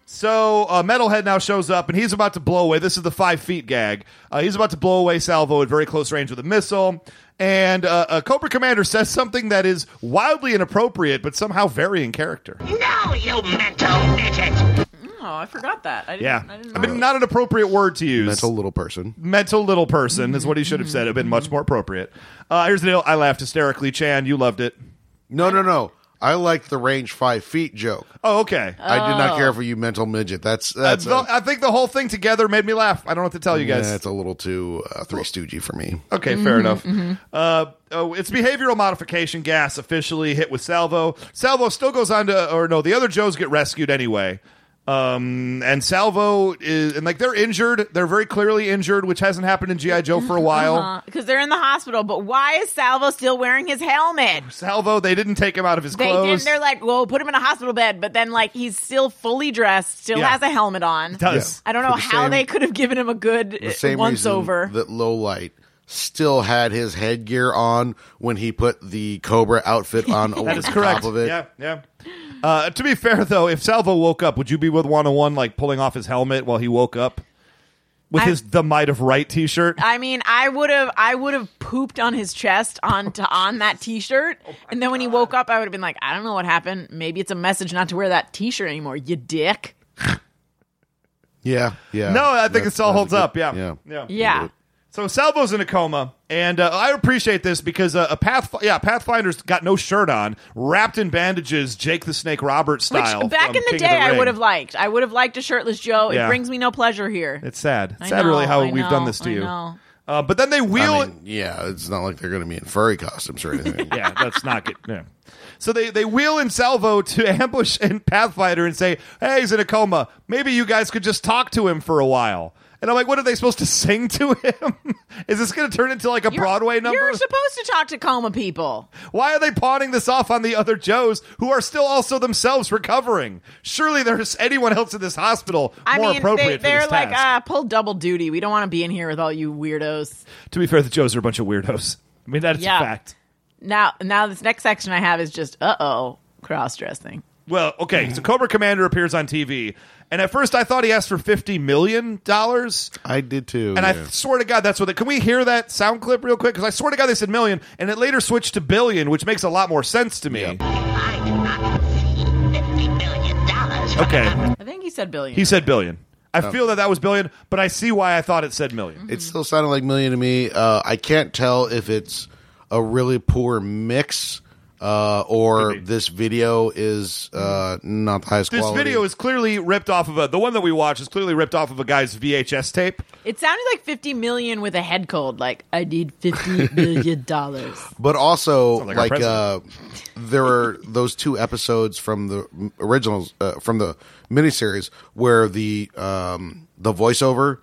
C: So uh, Metalhead now shows up, and he's about to blow away. This is the five feet gag. Uh, he's about to blow away Salvo at very close range with a missile. And uh, uh, Cobra Commander says something that is wildly inappropriate, but somehow very in character.
F: No, you mental midget!
E: Oh, I forgot that. I didn't,
C: Yeah,
E: I didn't
C: I mean, not an appropriate word to use.
D: Mental little person.
C: mental little person is what he should have said. It would have been much more appropriate. Uh, here's the deal. I laughed hysterically. Chan, you loved it.
D: No, no, no. I like the range five feet joke.
C: Oh, okay.
E: Uh,
D: I did not care for you, mental midget. That's that's
C: The-
D: a,
C: I think the whole thing together made me laugh. I don't know what to tell you guys.
D: that's a little too uh, three stoogey for me.
C: Okay,
E: Mm-hmm,
C: fair enough. Uh, oh, it's behavioral modification gas officially hit with Salvo. Salvo still goes on to, or no, the other Joes get rescued anyway. Um, and Salvo is, and like they're injured. They're very clearly injured, which hasn't happened in G.I. Joe
E: Uh-huh.
C: for a while.
E: because they're in the hospital. But why is Salvo still wearing his helmet?
C: Salvo, they didn't take him out of his
E: They did.
C: clothes.
E: They're like, "Whoa, put him in a hospital bed," but then like he's still fully dressed, still
C: Yeah.
E: has a helmet on.
C: Does.
E: I don't know
D: the
E: how
D: same-
E: they could have given him a good
D: The
E: uh,
D: same
E: once
D: reason
E: over.
D: that low light still had his headgear on when he put the cobra outfit on over
C: That is
D: the
C: correct.
D: top of it.
C: Yeah, yeah. Uh, to be fair, though, if Salvo woke up, would you be with one on one, like pulling off his helmet while he woke up with
E: I-
C: his "The Might of Right" T-shirt?
E: I mean, I would have, I would have pooped on his chest on to, on that T-shirt,
C: Oh
E: and then when he woke up, I would have been like, "I don't know what happened. Maybe it's a message not to wear that T-shirt anymore." You dick.
D: Yeah, yeah.
C: no, I think it
D: That's-
C: all
D: that's
C: holds
D: good-
C: up. Yeah, yeah.
D: yeah.
E: Yeah.
C: So Salvo's in a coma, and uh, I appreciate this because uh, a path, yeah, Pathfinder's got no shirt on, wrapped in bandages, Jake the Snake Roberts
E: Which
C: style.
E: back
C: from
E: in the
C: King of
E: day, I
C: Ring.
E: would have liked. I would have liked a shirtless Joe.
C: Yeah.
E: It brings me no pleasure here.
C: It's sad. It's
E: I
C: sad, really,
E: know,
C: how
E: I
C: we've done
E: know,
C: this to
E: I
C: you.
E: know.
C: Uh, but then they wheel.
D: I mean, yeah, it's not like they're going to be in furry costumes or anything.
C: yeah, that's not good. Yeah. So they, they wheel in Salvo to ambush and Pathfinder and say, hey, he's in a coma. Maybe you guys could just talk to him for a while. And I'm like, what are they supposed to sing to him? Is this going to turn into like a
E: You're-
C: Broadway number?
E: You're supposed to talk to coma people.
C: Why are they pawning this off on the other Joes who are still also themselves recovering? Surely there's anyone else in this hospital
E: I
C: more
E: mean,
C: appropriate
E: they,
C: for
E: they're
C: this
E: like,
C: task.
E: uh, pull double duty. We don't want to be in here with all you weirdos.
C: to be fair, the Joes are a bunch of weirdos. I mean, that's
E: uh, Yeah.
C: a fact.
E: Now, now this next section I have is just, uh oh, cross dressing.
C: Well, okay, so Cobra Commander appears on TV, and at first I thought he asked for fifty million dollars,
D: I did too.
C: and
D: yeah.
C: I swear to God that's what. They, can we hear that sound clip real quick? Because I swear to God they said million, and it later switched to billion, which makes a lot more sense to me.
F: I do not see fifty million dollars.
C: Okay,
E: I think he said billion.
C: he said billion. I
D: Oh.
C: feel that that was billion, but I see why I thought it said million.
D: It still sounded like Million to me. Uh, I can't tell if it's a really poor mix uh, or this video is uh, not the highest
C: This
D: quality.
C: video is clearly ripped off of a. The one that we watched is clearly ripped off of a guy's VHS tape.
E: it sounded like 50 million with a head cold. Like, I need 50 million dollars.
D: but also
C: like
D: like,
C: our
D: uh, there are those two episodes from the originals uh, from the miniseries where the um, the voiceover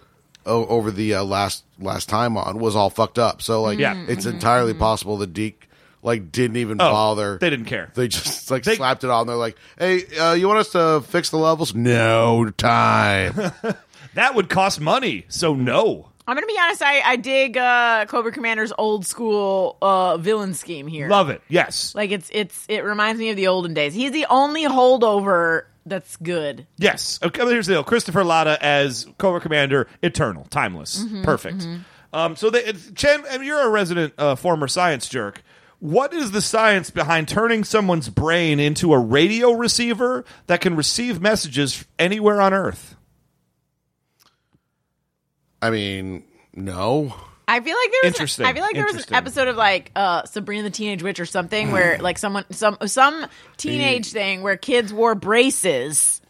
D: o- over the uh, last last time on was all fucked up. So like,
C: Yeah.
D: it's entirely possible that Deke like didn't even
C: Oh,
D: bother.
C: they didn't care.
D: They just like
C: They-
D: slapped it on. They're like, "Hey, uh, you want us to fix the levels? No time."
C: That would cost money, so no.
E: I'm going to be honest. I, I dig uh, Cobra Commander's old school uh, villain scheme here.
C: Love it. Yes.
E: Like, it's, it's, it reminds me of the olden days. He's the only holdover that's good.
C: Yes. Okay, here's the deal. Christopher Latta as Cobra Commander, eternal, timeless, perfect. Um, so, they, it's- Chen, I mean, you're a resident uh, former science jerk. What is the science behind turning someone's brain into a radio receiver that can receive messages anywhere on Earth?
D: I mean, no.
E: I feel like there was
C: Interesting.
E: I feel like there was
C: Interesting. Mm.
E: an episode of like uh, Sabrina the Teenage Witch or something where like someone some some teenage thing where kids wore braces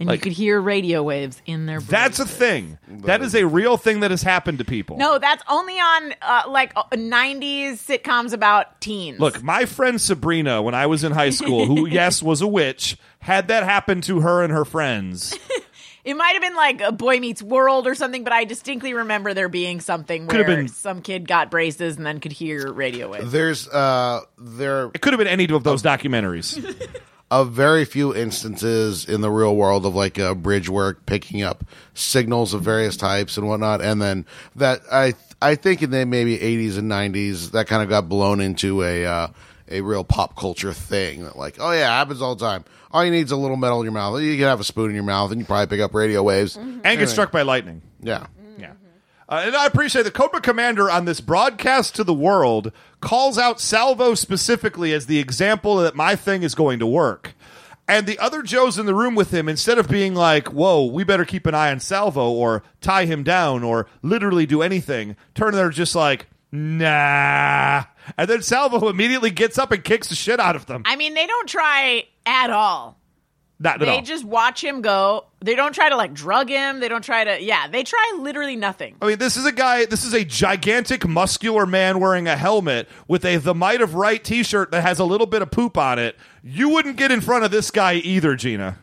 E: and
C: Like-
E: you could hear radio waves in their. Braces.
C: That's a thing. That is a real thing that has happened to people.
E: no. That's only on uh, like uh, '90s sitcoms about teens.
C: Look, my friend Sabrina, when I was in high school, who, yes, was a witch, had that happen to her and her friends.
E: it might have been like a Boy Meets World or something, but I distinctly remember there being something
C: Could have
E: where
C: been-
E: some kid got braces and then could hear radio waves.
D: There's uh there
C: It could have been any of those documentaries.
D: a very few instances in the real world of like uh, bridge work picking up signals of various types and whatnot, and then that I I think in the maybe 80s and 90s that kind of got blown into a uh, a real pop culture thing that like, oh yeah, it happens all the time. All you need is a little metal in your mouth. You can have a spoon in your mouth, and you probably pick up radio waves.
E: Mm-hmm.
C: and get struck by lightning.
D: Yeah.
C: Yeah. Uh, and I appreciate the Cobra Commander on this broadcast to the world calls out Salvo specifically as the example that my thing is going to work. And the other Joes in the room with him, instead of being like, whoa, we better keep an eye on Salvo or tie him down or literally do anything, turn there just like, nah. And then Salvo immediately gets up and kicks the shit out of them.
E: I mean, they don't try at all.
C: Not at
E: They
C: all.
E: just watch him go. They don't try to like drug him. They don't try to. Yeah, they try literally nothing.
C: I mean, this is a guy. This is a gigantic, muscular man wearing a helmet with a "The Might of Right" T-shirt that has a little bit of poop on it. You wouldn't get in front of this guy either, Gina.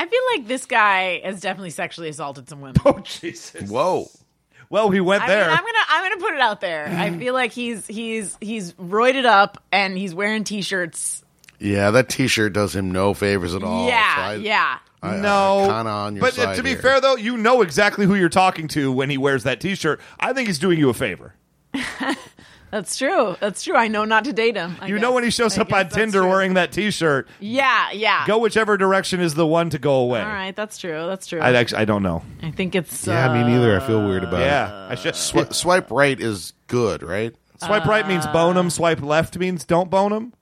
E: I feel like this guy has definitely sexually assaulted some women.
C: Oh Jesus!
D: Whoa.
C: Well, we went
E: I
C: there.
E: mean, I'm gonna I'm gonna put it out there. I feel like he's he's he's roided up and he's wearing t-shirts.
D: Yeah, that T-shirt does him no favors at
C: Oh,
D: all.
E: yeah,
D: So I-
E: yeah.
D: I- I-
C: no,
D: I'm kinda on your
C: but uh,
D: side
C: to be
D: here.
C: fair, though, you know exactly who you're talking to when he wears that T-shirt. I think he's doing you a favor.
E: That's true. That's true. I know not to date him. I
C: you know
E: guess.
C: when he shows
E: I
C: up on
E: guess that's
C: Tinder
E: true.
C: wearing that T-shirt,
E: Yeah, yeah.
C: go whichever direction is the one to go away.
E: All right, that's true. That's true.
C: I
E: I,
C: actually, I don't know.
E: think it's
I: Yeah,
E: uh,
I: me neither. I feel weird about it.
C: yeah, I should.
D: Swi- swipe right is good, right?
C: Swipe right
E: Uh,
C: means bone 'em. Swipe left means don't bone 'em.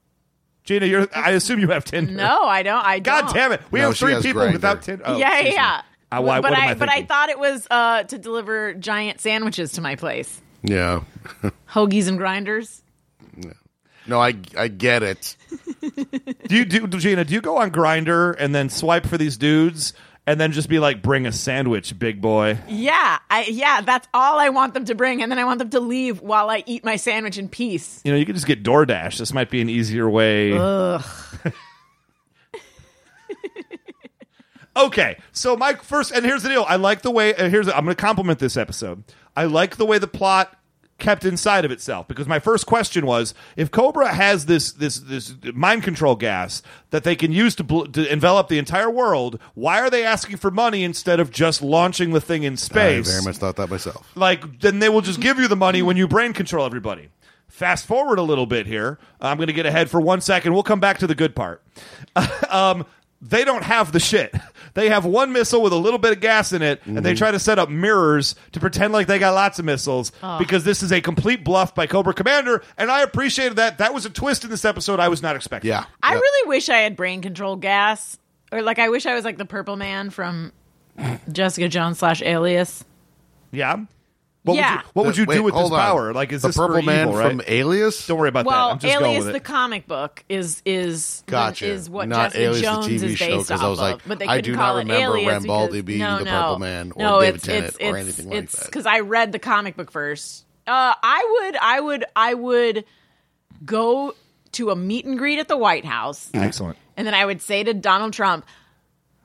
C: Gina, you're. I assume you have Tinder.
E: No, I don't. I
C: God
E: don't.
C: damn it! We
D: No,
C: have
D: she
C: three
D: has
C: people
D: Grindr.
C: without Tinder. Oh,
E: yeah,
C: excuse me.
E: yeah.
C: I- why-
E: but
C: what am
E: I,
C: I
E: but I
C: thinking?
E: thought it was uh, to deliver giant sandwiches to my place,
D: Yeah.
E: hoagies and grinders.
D: No, I I get it.
C: Do you do, Gina? Do you go on Grinder and then swipe for these dudes and then just be like, "Bring a sandwich, big boy."
E: Yeah, I yeah. That's all I want them to bring, and then I want them to leave while I eat my sandwich in peace.
C: You know, you could just get DoorDash. This might be an easier way. okay, so my first, and here's the deal. I like the way. Uh, here's I'm going to compliment this episode. I like the way the plot kept inside of itself because my first question was if Cobra has this this this mind control gas that they can use to, bl- to envelop the entire world, why are they asking for money instead of just launching the thing in
D: I
C: space?
D: very much thought that myself.
C: like then they will just give you the money when you brain control everybody fast forward a little bit here i'm going to get ahead for one second we'll come back to the good part um, they don't have the shit they have one missile with a little bit of gas in it and
D: Mm-hmm.
C: they try to set up mirrors to pretend like they got lots of missiles
D: Ah.
C: because this is a complete bluff by cobra commander and i appreciated that that was a twist in this episode i was not expecting
D: Yeah.
E: I
D: Yeah.
E: really wish I had brain control gas, or like I wish I was like the purple man from Jessica Jones slash Alias.
C: yeah what
E: Yeah.
C: would you, what would you
D: Wait,
C: do with this
D: hold on.
C: power like is
D: the
C: this
D: purple
C: for
D: man
C: evil, right?
D: from Alias?
C: don't worry about
E: well,
C: that i'm just going
E: Alias
C: with it
E: the comic book is is
D: Gotcha.
E: is what
D: Not
E: Jessica
D: Alias the
E: Jones
D: TV
E: is
D: show,
E: based
D: 'cause
E: off
D: I was like,
E: of. But they
D: I
E: couldn't
D: do not
E: call it
D: remember
E: Alias
D: Rambaldi
E: because-
D: being
E: no,
D: the
E: no.
D: Purple Man or
E: no,
D: David
E: it's,
D: Tennant
E: it's,
D: or
E: it's,
D: anything like
E: it's
D: that.
E: because I read the comic book first. Uh, I would, I would, I would go to a meet and greet at the White House.
C: excellent
E: And then I would say to Donald Trump,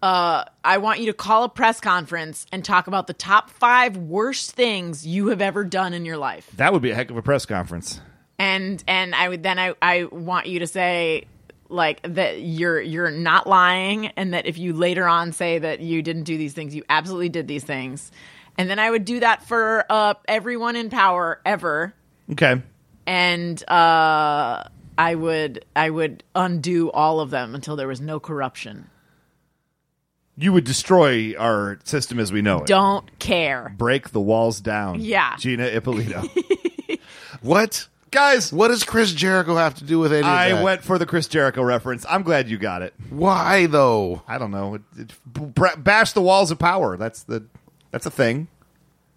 E: uh, I want you to call a press conference and talk about the top five worst things you have ever done in your life.
C: that would be a heck of a press conference
E: And and I would then I, I want you to say like that you're you're not lying and that if you later on say that you didn't do these things, you absolutely did these things. And then I would do that for uh, everyone in power ever.
C: Okay.
E: And uh, I would I would undo all of them until there was no corruption.
C: You would destroy our system as we know it.
E: don't care.
C: Break the walls down.
E: Yeah.
C: Gina Ippolito.
D: What?
C: Guys,
D: What does Chris Jericho have to do with any of
C: I
D: that?
C: went for the Chris Jericho reference. I'm glad you got it.
D: Why though?
C: I don't know. It, it, bra- bash the walls of power. That's the that's a thing.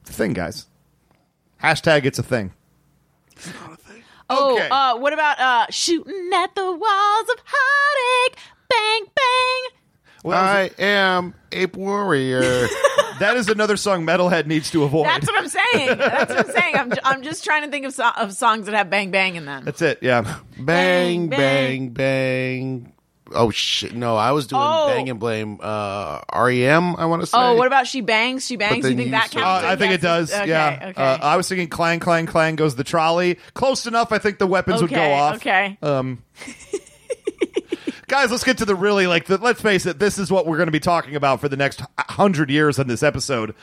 C: It's a thing, guys. Hashtag it's a thing.
E: Oh,
C: Okay.
E: uh, what about uh, shooting at the walls of heartache? Bang, bang.
C: Well,
D: I am ape warrior.
C: that is another song Metalhead needs to avoid.
E: That's what I'm saying. That's what I'm saying. I'm, I'm just trying to think of, so- of songs that have bang, bang in them.
C: That's it. Yeah.
D: bang, bang,
E: Bang,
D: bang. Oh shit! No, I was doing
E: Oh.
D: bang and blame. Uh, REM. I want to say.
E: Oh, what about She Bangs? She Bangs? You
D: then
E: think
D: you
E: that
D: said-
E: counts?
C: Uh, I think it does.
E: Yes, Okay,
C: yeah.
E: Okay.
C: Uh, I was thinking clang, clang, clang goes the trolley. Close enough. I think the weapons would go
E: Okay,
C: off.
E: okay.
C: Um, guys, let's get to the really like. The, let's face it. This is what we're going to be talking about for the next h- hundred years on this episode.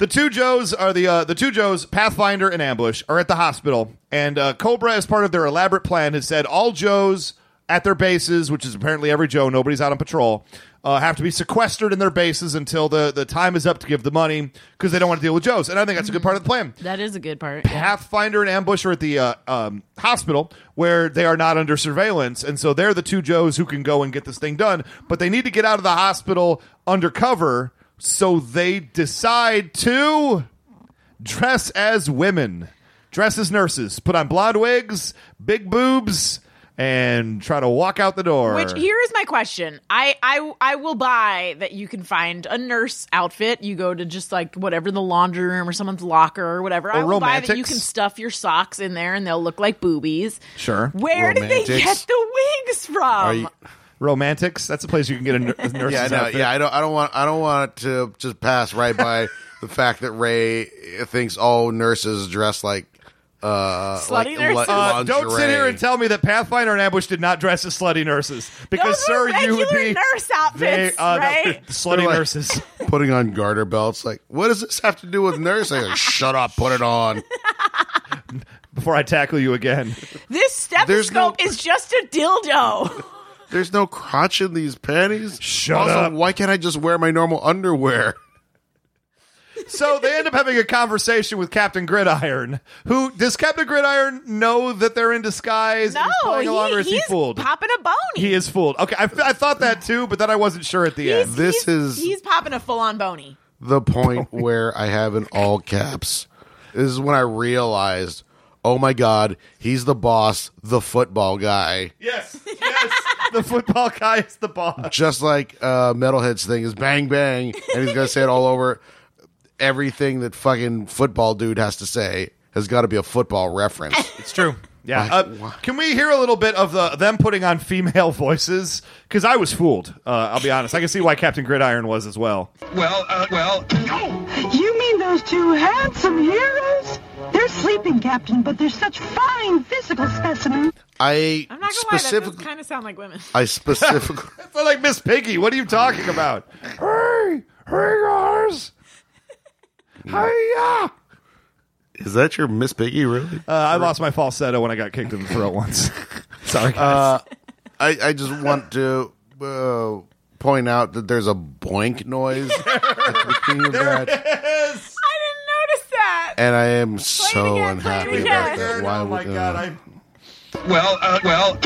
C: The two Joes are the uh, the two Joes, Pathfinder and Ambush, are at the hospital, and uh, Cobra, as part of their elaborate plan, has said all Joes at their bases, which is apparently every Joe, nobody's out on patrol, uh, have to be sequestered in their bases until the the time is up to give the money because they don't want to deal with Joes, and I think that's a good part of the plan.
I: That is a good part.
C: Pathfinder and Ambush are at the uh, um, hospital where they are not under surveillance, and so they're the two Joes who can go and get this thing done. But they need to get out of the hospital undercover, so they decide to dress as women, dress as nurses, put on blonde wigs, big boobs, and try to walk out the door.
E: Which here is my question. I, I I will buy that you can find a nurse outfit. You go to just like whatever the laundry room or someone's locker or whatever. I will buy that you
C: romantics.
E: can stuff your socks in there and they'll look like boobies.
C: Sure.
E: Where did they
D: Romantics.
E: get the wigs from?
D: you-
C: Romantics. That's a place you can get a, nur- a nurse's
D: Yeah, I know.
C: outfit.
D: Yeah, I don't. I don't want. I don't want to just pass right by the fact that Ray thinks all nurses dress like uh,
E: Slutty
D: like
E: nurses.
C: Uh,
D: lin-
C: don't sit
D: lingerie.
C: here and tell me that Pathfinder and Ambush did not dress as slutty nurses because,
E: Those were
C: sir, you would
E: regular
C: be uh,
E: nurse outfits,
C: no,
E: right?
C: slutty
D: They're like-
C: nurses.
D: putting on garter belts. Like, what does this have to do with nursing? Like, Shut up, put it on.
C: Before I tackle you again,
E: This
D: There's no-
E: stethoscope is just a dildo.
D: There's no crotch in these panties.
C: Shut
D: also,
C: up.
D: why can't I just wear my normal underwear?
C: so they end up having a conversation with Captain Gridiron. Who does Captain Gridiron know that they're in disguise? and
E: No,
C: he's playing along,
E: he-
C: or is he
E: he's
C: fooled?
E: popping a bone.
C: he is fooled. Okay, I, I thought that too, but then I wasn't sure at the end.
D: This is
E: he's popping a full on bony.
D: the point where I have in all caps. This is when I realized, oh my god, he's the boss, the football guy.
C: Yes, yes, the football guy is the boss.
D: Just like uh, Metalhead's thing is bang bang, and he's gonna say it all over. Everything that fucking football dude has to say has got to be a football reference.
C: It's true. Yeah. Uh, can we hear a little bit of the them putting on female voices? Because I was fooled. Uh, I'll be honest. I can see why Captain Gridiron was as well.
G: Well, uh, well,
J: Hey, you mean those two handsome heroes? They're sleeping, Captain, but they're such fine physical specimens.
D: I
E: I'm not gonna lie, that does
D: specifically,
E: kind of sound like women.
D: I specifically.
C: I felt like Miss Piggy. What are you talking about? hey, hey guys. Hiya.
D: Is that your Miss Piggy, really?
C: Uh, I lost my falsetto when I got kicked in the throat once. Uh, Sorry, guys.
D: I, I just want to uh, point out that there's a boink noise at the beginning of that,
E: I didn't notice that.
D: and I am so
E: again, play it
D: unhappy
E: again.
D: about that.
C: Nerd,
D: Why
C: oh my
D: would
C: god!
D: uh,
C: I,
G: well, uh, well.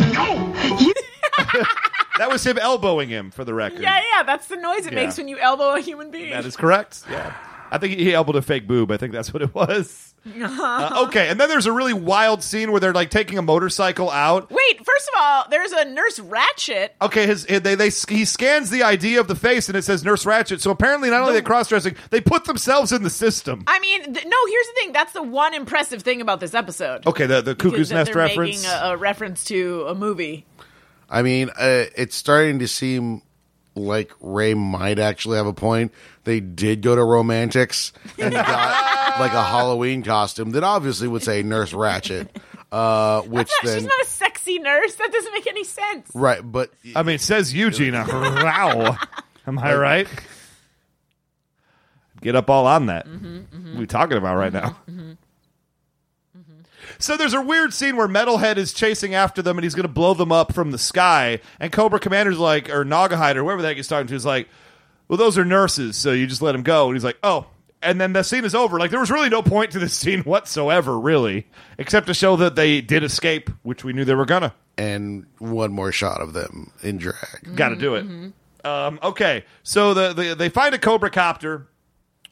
C: that was him elbowing him for the record.
E: Yeah, yeah, that's the noise it
C: Yeah.
E: makes when you elbow a human being.
C: That is correct. Yeah. I think he elbowed a fake boob. I think that's what it was. Uh, okay, and then there's a really wild scene where they're like taking a motorcycle out.
E: Wait, first of all, there's a nurse ratchet.
C: Okay, his they, they he scans the ID of the face and it says Nurse Ratchet. So apparently, not only are they cross dressing, they put themselves in the system.
E: I mean, th- no, here's the thing. That's the one impressive thing about this episode.
C: Okay, the the
E: Is
C: Oh, cuckoo's
E: that
C: nest
E: they're
C: reference.
E: making a, a reference to a movie.
D: I mean, uh, it's starting to seem like Ray might actually have a point. They did go to Romantics and got like a Halloween costume that obviously would say Nurse Ratchet, uh, which
E: That's not-
D: then
E: she's not a sexy nurse. That doesn't make any sense.
D: right, but
C: I mean, it says Eugenia. Wow, am I right? Get up all on that. What are we talking about right now? So there's a weird scene where Metalhead is chasing after them and he's going to blow them up from the sky. And Cobra Commander's like, or Nagahide, or whoever that he's talking to, is like, well, those are nurses, so you just let them go. And he's like, oh. And then the scene is over. Like, there was really no point to this scene whatsoever, really, except to show that they did escape, which we knew they were going to.
D: and one more shot of them in drag.
C: Got to do it. Um, okay, so the, the they find a Cobra copter,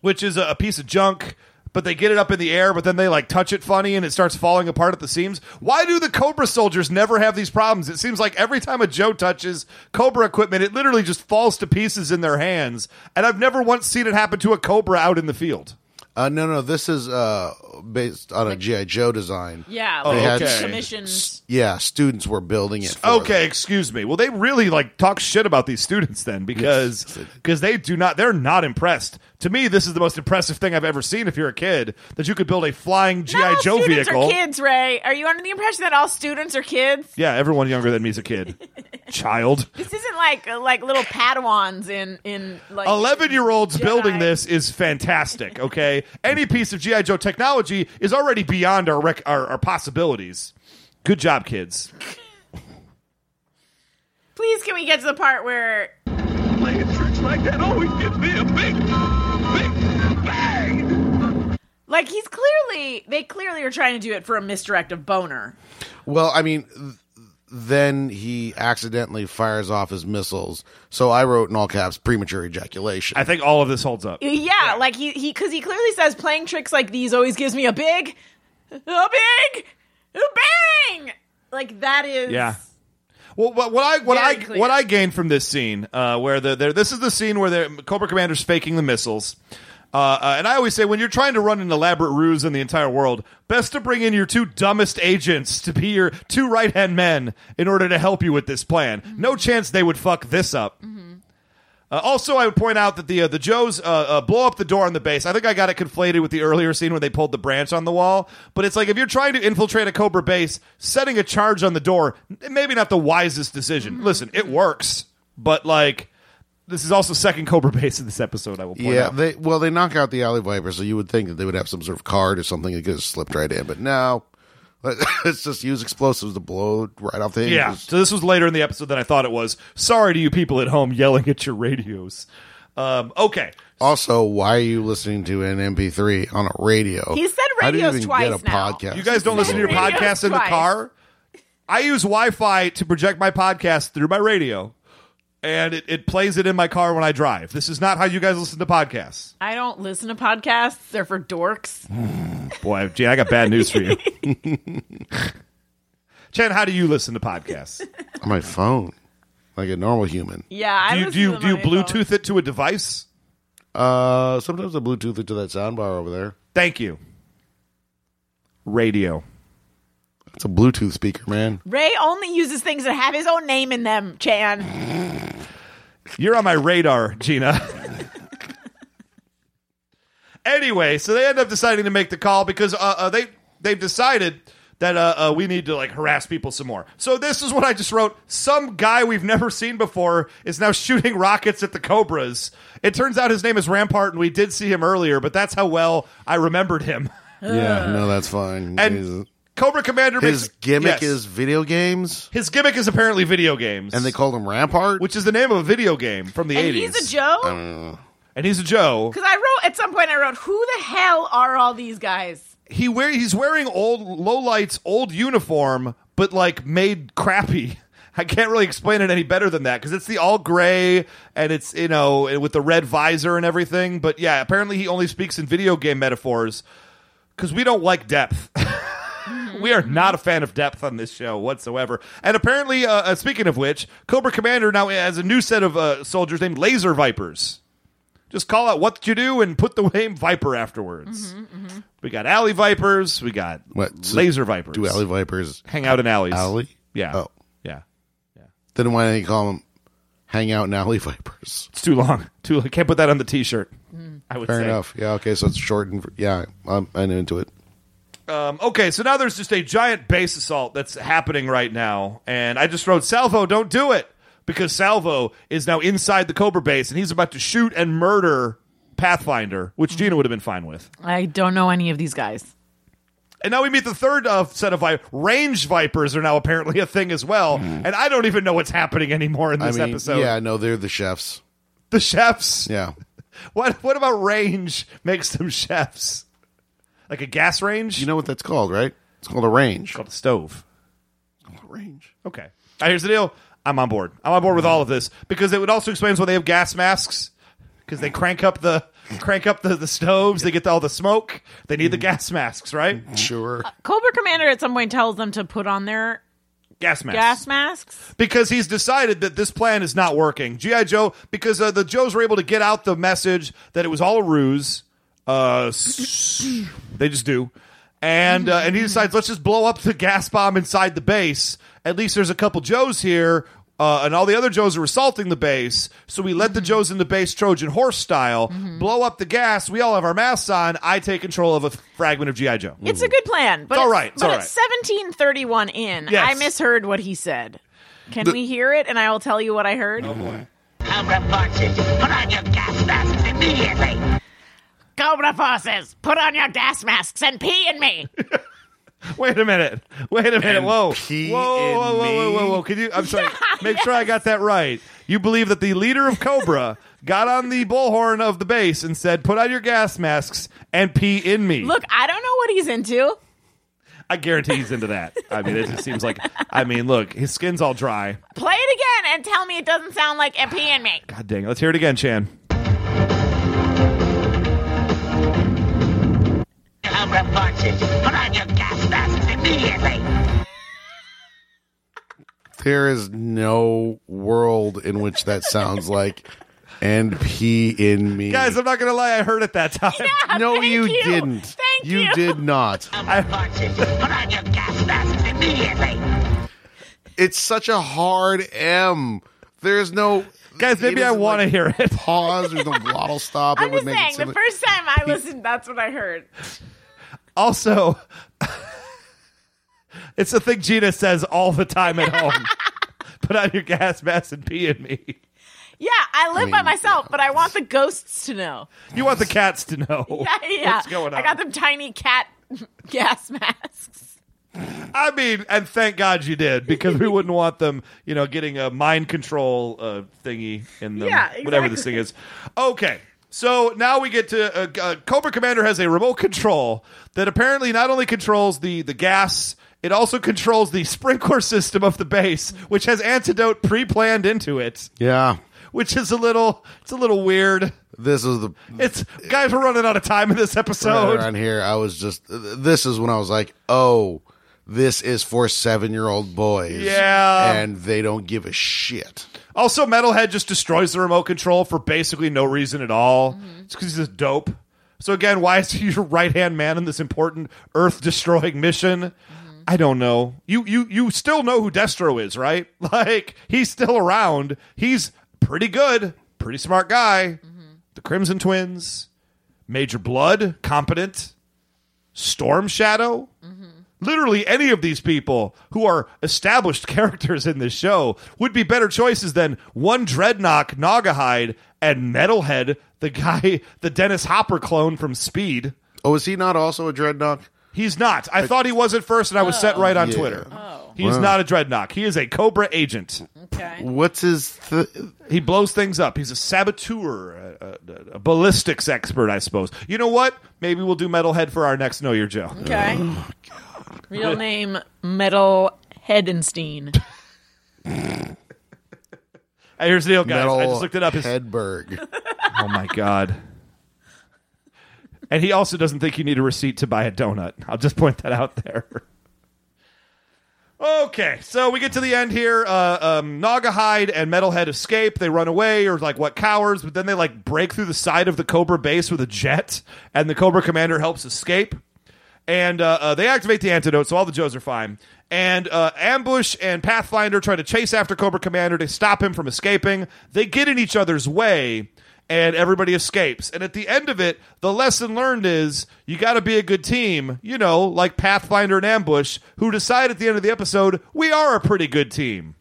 C: which is a, a piece of junk, but they get it up in the air, but then they like touch it funny and it starts falling apart at the seams. Why do the Cobra soldiers never have these problems? It seems like every time a Joe touches Cobra equipment, it literally just falls to pieces in their hands, and I've never once seen it happen to a Cobra out in the field.
D: Uh, no, no, this is uh, based on a GI Joe design.
E: Yeah,
C: Oh,
E: like
D: had
C: okay.
E: commissions.
D: Yeah, students were building it. for
C: Okay, excuse me. Well, they really like talk shit about these students then because because they do not they're not impressed. To me, this is the most impressive thing I've ever seen if you're a kid that you could build a flying GI
E: Not all
C: Joe
E: students
C: vehicle.
E: are kids, Ray. Are you under the impression that all students are kids?
C: Yeah, everyone younger than me is a kid. Child.
E: This isn't like like little Padawans in in like
C: 11 year olds
E: Jedi.
C: building this is fantastic, okay? Any piece of G.I. Joe technology is already beyond our, rec- our, our possibilities. Good job, kids.
E: Please, can we get to the part where
H: Playing tricks like that always gives me a big, big bang.
E: like he's clearly they clearly are trying to do it for a misdirective boner.
D: Well, I mean, th- then he accidentally fires off his missiles. So I wrote in all caps premature ejaculation.
C: I think all of this holds up.
E: Yeah, like he he because he clearly says playing tricks like these always gives me a big, a big, a bang. Like that is
C: Yeah. Well, what, what I what
E: Very
C: I
E: clear.
C: what I gained from this scene, uh, where the they're, this is the scene where the Cobra Commander's faking the missiles, uh, uh, and I always say when you're trying to run an elaborate ruse in the entire world, best to bring in your two dumbest agents to be your two right hand men in order to help you with this plan. No chance they would fuck this up. Uh, also, I would point out that the uh, the Joes uh, uh, blow up the door on the base. I think I got it conflated with the earlier scene where they pulled the branch on the wall. But it's like if you're trying to infiltrate a Cobra base, setting a charge on the door n- maybe not the wisest decision.
D: Mm-hmm.
C: Listen, it works, but like this is also second Cobra base in this episode. I will point
D: yeah,
C: out.
D: they well they knock out the alley viper, so you would think that they would have some sort of card or something that could have slipped right in, but no. Let's just use explosives to blow right off the
C: Yeah.
D: hinges.
C: So this was later in the episode than I thought it was. Sorry to you people at home yelling at your radios. Um, okay.
D: Also, why are you listening to an MP3 on a radio?
E: He said
D: How do you
E: radios
D: even
E: twice
D: get a
E: now.
D: podcast?
C: You guys don't listen to your
E: Radios
C: podcast in the
E: twice.
C: car? I use Wi Fi to project my podcast through my radio, and it, it plays it in my car when I drive. This is not how you guys listen to podcasts.
E: I don't listen to podcasts; they're for dorks.
C: Boy, Jan, I got bad news for you. Chen, how do you listen to podcasts? Do
D: on my phone, like a normal human.
E: Yeah, I
C: you, do
E: listen to
C: you,
E: them
C: do you
E: on my phone.
C: Bluetooth it to a device?
D: Uh, sometimes I Bluetooth it to that soundbar over there.
C: Thank you. Radio.
D: It's a Bluetooth speaker, man.
E: Ray only uses things that have his own name in them. Chan,
C: You're on my radar, Gina. anyway, so they end up deciding to make the call because uh, uh, they they've decided that uh, uh, we need to like harass people some more. So this is what I just wrote: some guy we've never seen before is now shooting rockets at the Cobras. It turns out his name is Rampart, and we did see him earlier, but that's how well I remembered him.
D: Yeah, no, that's fine.
C: And
D: his,
C: Cobra Commander,
D: his
C: makes,
D: gimmick
C: yes.
D: is video games,
C: his gimmick is apparently video games,
D: and they called him Rampart. Uh,
C: which is the name of a video game from the
E: and
C: eighties, Um,
E: he's a Joe.
C: and he's a Joe.
E: Because I wrote at some point, I wrote, "Who the hell are all these guys?"
C: he wear he's wearing old lowlights old uniform but like made crappy i can't really explain it any better than that because it's the all gray and it's you know with the red visor and everything but yeah apparently he only speaks in video game metaphors because we don't like depth we are not a fan of depth on this show whatsoever. And apparently, uh, uh, speaking of which, Cobra Commander now has a new set of uh, soldiers named Laser Vipers. Just call out what you do and put the name Viper afterwards. We got Alley Vipers. We got
D: What, so
C: Laser Vipers.
D: Do alley vipers
C: Hang out in alleys.
D: alley?
C: Yeah.
D: Oh,
C: Yeah.
D: then why do they call them hang out in alley vipers?
C: It's too long. Too. I can't put that on the T-shirt. I would
D: Fair
C: say.
D: enough. Yeah. Okay. So it's shortened. For, yeah, I'm, I'm into it.
C: Um, okay, so now there's just a giant base assault that's happening right now, and I just wrote Salvo, don't do it because Salvo is now inside the Cobra base and he's about to shoot and murder Pathfinder, which Gina would have been fine with.
E: I don't know any of these guys.
C: And now we meet the third uh, set of vi- range vipers are now apparently a thing as well, and I don't even know what's happening anymore in
D: Hmm. I
C: this
D: mean,
C: episode.
D: yeah. No, they're the chefs.
C: The chefs.
D: Yeah.
C: What what about range makes them chefs? Like a gas range?
D: You know what that's called, right? It's called a range.
C: called a stove.
D: a range.
C: Okay. All right, here's the deal. I'm on board. I'm on board with all of this because it would also explains why they have gas masks because they crank up the crank up the, the stoves. They get all the smoke. They need the gas masks, right?
D: Sure.
E: Cobra Commander at some point tells them to put on their
C: Gas masks.
E: gas masks.
C: because he's decided that this plan is not working. GI Joe, because uh, the Joes were able to get out the message that it was all a ruse. Uh, s- they just do. and uh, and he decides let's just blow up the gas bomb inside the base. At least there's a couple Joes here, uh, and all the other Joes are assaulting the base. So we let the Joes in the base Trojan horse style blow up the gas. We all have our masks on. I take control of a fragment of GI Joe.
E: It's a good plan, but
C: It's all right, it's
E: but
C: all
E: at
C: right.
E: seventeen thirty one in,
C: Yes.
E: I misheard what he said. Can we hear it? And I will tell you what I heard.
C: Oh,
F: I'll report you. Put on your gas masks immediately.
E: Cobra forces, put on your gas masks and pee in me.
C: Wait a minute. Wait a minute.
D: And
C: Whoa.
D: pee
C: whoa,
D: in
C: whoa, whoa, whoa,
D: me?
C: whoa, whoa. Can you I'm sorry. Make sure I got that right. You believe that the leader of Cobra got on the bullhorn of the base and said, "Put on your gas masks and pee in me."
E: Look, I don't know what he's into.
C: I guarantee he's into that. I mean, it just seems like I mean, look, his skin's all dry.
E: Play it again and tell me it doesn't sound like a pee in me.
C: God dang. it. Let's hear it again, Chan.
F: I'll report you. Put on your gas masks immediately.
D: There is no world in which that sounds like and pee in me.
C: Guys, I'm not going to lie. I heard it that time.
D: no,
E: Thank
D: you,
E: you.
D: didn't.
E: Thank
D: you.
E: you.
D: did not.
F: I'll report you. Put on your gas masks immediately.
D: It's such a hard M. There's no.
C: Guys, maybe I want to
D: to
C: hear it.
D: Pause. There's no glottal stop.
E: I'm
D: it
E: just
D: would make
E: saying,
D: it
E: the
D: sound-
E: first time I listened, that's what I heard.
C: Also, it's a thing Gina says all the time at home. Put on your gas mask and pee in me.
E: Yeah, I live by
D: mean,
E: myself, but I want the ghosts to know.
C: You want the cats to know.
E: Yeah, yeah.
C: What's going
E: I got
C: on?
E: them tiny cat gas masks.
C: I mean, and thank God you did because we wouldn't want them, you know, getting a mind control uh, thingy in them,
E: Yeah,
C: whatever this
E: exactly.
C: thing is. Okay. So now we get to uh, uh, Cobra Commander has a remote control that apparently not only controls the the gas, it also controls the sprinkler system of the base, which has antidote pre-planned into it,
D: Yeah.
C: which is a little it's a little weird.
D: This is the
C: It's guys, we're running out of time in this
D: right
C: episode.
D: around here. I was just. This is when I was like, oh, this is for seven year old boys.
C: Yeah.
D: And they don't give a shit.
C: Also, Metalhead just destroys the remote control for basically no reason at all. It's because he's a dope. So again, why is he your right hand man in this important Earth destroying mission? I don't know. You you you still know who Destro is, right? Like he's still around. He's pretty good, pretty smart guy. The Crimson Twins, Major Blood, competent. Storm Shadow, literally any of these people who are established characters in this show would be better choices than one Dreadnought Nagahide and Metalhead, the guy, the Dennis Hopper clone from Speed.
D: Oh, is he not also a dreadnought?
C: He's not. I thought he was at first, and I was set right on
D: Yeah.
C: Twitter. He's not a Dreadnought. He is a Cobra agent.
E: Okay.
D: What's his? Th-
C: He blows things up. He's a saboteur, a, a, a ballistics expert, I suppose. You know what? Maybe we'll do Metalhead for our next Know Your Joe.
E: Okay. Real name Metal Hedenstein.
C: Hey, here's the deal, guys.
D: Metal
C: I just looked it up. His-
D: Hedberg.
C: Oh my god. And he also doesn't think you need a receipt to buy a donut. I'll just point that out there. Okay, so we get to the end here. Uh, um, Nagahide and Metalhead escape. They run away, or like what cowards? But then they like break through the side of the Cobra base with a jet, and the Cobra commander helps escape. And uh, uh, they activate the antidote, so all the Joes are fine. And uh, Ambush and Pathfinder try to chase after Cobra Commander to stop him from escaping. They get in each other's way, and everybody escapes. And at the end of it, the lesson learned is you got to be a good team, you know, like Pathfinder and Ambush, who decide at the end of the episode, we are a pretty good team.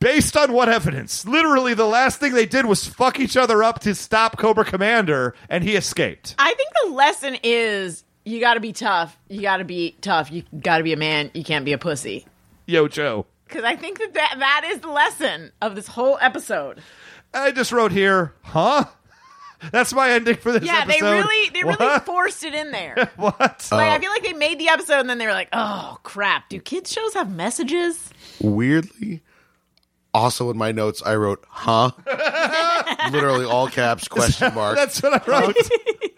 C: Based on what evidence? Literally, the last thing they did was fuck each other up to stop Cobra Commander, and he escaped.
E: I think the lesson is you got to be tough. You got to be tough. You got to be a man. You can't be a pussy.
C: Yo, Joe.
E: Because I think that, that that is the lesson of this whole episode.
C: I just wrote here, huh? That's my ending for this
E: Yeah,
C: episode.
E: they really they really
C: What? Oh.
E: forced it in there. Like
C: What?
E: I feel like they made the episode and then they were like, "Oh crap, do kids shows have messages?"
D: Uh, Weirdly, also in my notes, I wrote, huh? Literally all caps, question mark.
C: That's what I wrote.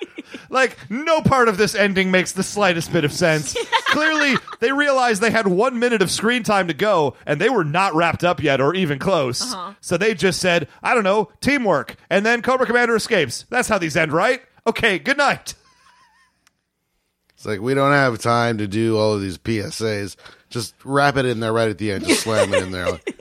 C: like, no part of this ending makes the slightest bit of sense. Clearly, they realized they had one minute of screen time to go, and they were not wrapped up yet or even close. So they just said, I don't know, teamwork. And then Cobra Commander escapes. That's how these end, right? Okay, good night.
D: It's like we don't have time to do all of these PSAs. Just wrap it in there right at the end. Just slam it in there. Like,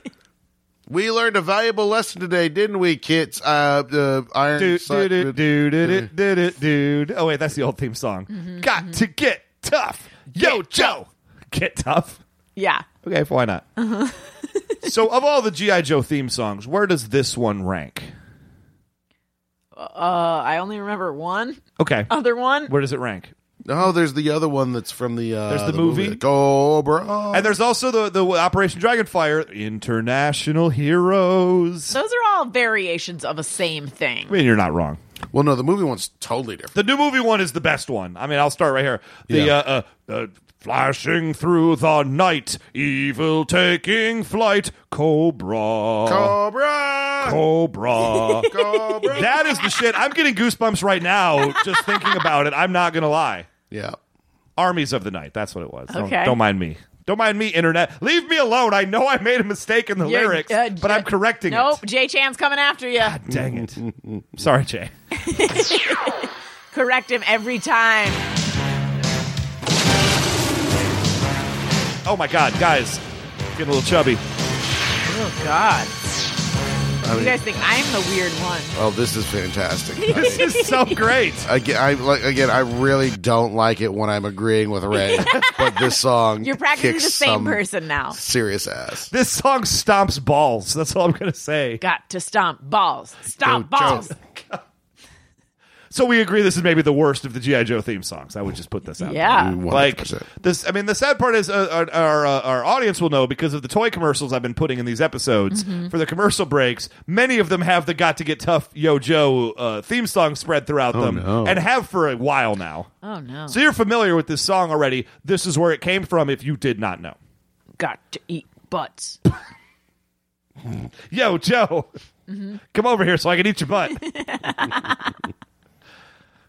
D: we learned a valuable lesson today, didn't we, kids? Uh, uh, iron.
C: Do, do,
D: sight-
C: do, do, do, do, do, do, do, do. Oh wait, that's the old theme song. Got to get tough, yo Joe. Get tough.
E: Yeah.
C: Okay, why not?
D: Uh-huh.
C: so, of all the GI Joe theme songs, where does this one rank?
E: Uh, I only remember one
C: Okay,
D: Um,
E: other one.
C: where does it rank?
D: No, there's the other one that's from the. Uh,
C: There's the movie.
D: Cobra.
C: And there's also the the Operation Dragonfire, International Heroes.
E: Those are all variations of a same thing.
C: I mean, you're not wrong.
D: Well, no, the movie one's totally different.
C: The new movie one is the best one. I mean, I'll start right here. The
D: Yeah.
C: uh, uh, uh, flashing through the night, evil taking flight, Cobra,
D: Cobra.
C: Cobra.
D: Cobra.
C: Oh. that is the shit. I'm getting goosebumps right now just thinking about it. I'm not gonna lie.
D: yeah.
C: Armies of the Night. That's what it was. Don't,
E: Okay.
C: don't mind me. Don't mind me, internet. Leave me alone. I know I made a mistake in the
E: You're-
C: lyrics,
E: uh,
C: but
E: J-
C: I'm correcting
E: Nope,
C: it.
E: Jay Chan's coming after you.
C: Dang it. Sorry, Jay.
E: Correct him every time.
C: Oh my God, guys, getting a little chubby.
E: Oh God,
D: I
E: you
D: mean,
E: guys think I'm the weird one?
D: oh, this is fantastic. I mean,
C: This is so great.
D: again, I like again. I really don't like it when I'm agreeing with Ray, but this song
E: You're practically the
D: kicks
E: same
D: some
E: person now.
D: Serious ass.
C: This song stomps balls. That's all I'm gonna say.
E: Got to stomp balls.
C: Ah,
E: Stomp
D: Go, Joe.
E: balls.
C: So we agree this is maybe the worst of the GI Joe theme songs. I would just put this out.
E: Yeah.
C: Like
D: 100%.
C: this, I mean, the sad part is uh, our our, uh, our audience will know because of the toy commercials I've been putting in these episodes
E: Mm-hmm.
C: for the commercial breaks. Many of them have the "Got to Get Tough" Yo Joe uh, theme song spread throughout them,
D: no.
C: and have for a while now.
E: Oh no.
C: So you're familiar with this song already. This is where it came from. If you did not know,
E: Got to eat butts.
C: Yo Joe,
E: Mm-hmm.
C: come over here so I can eat your butt.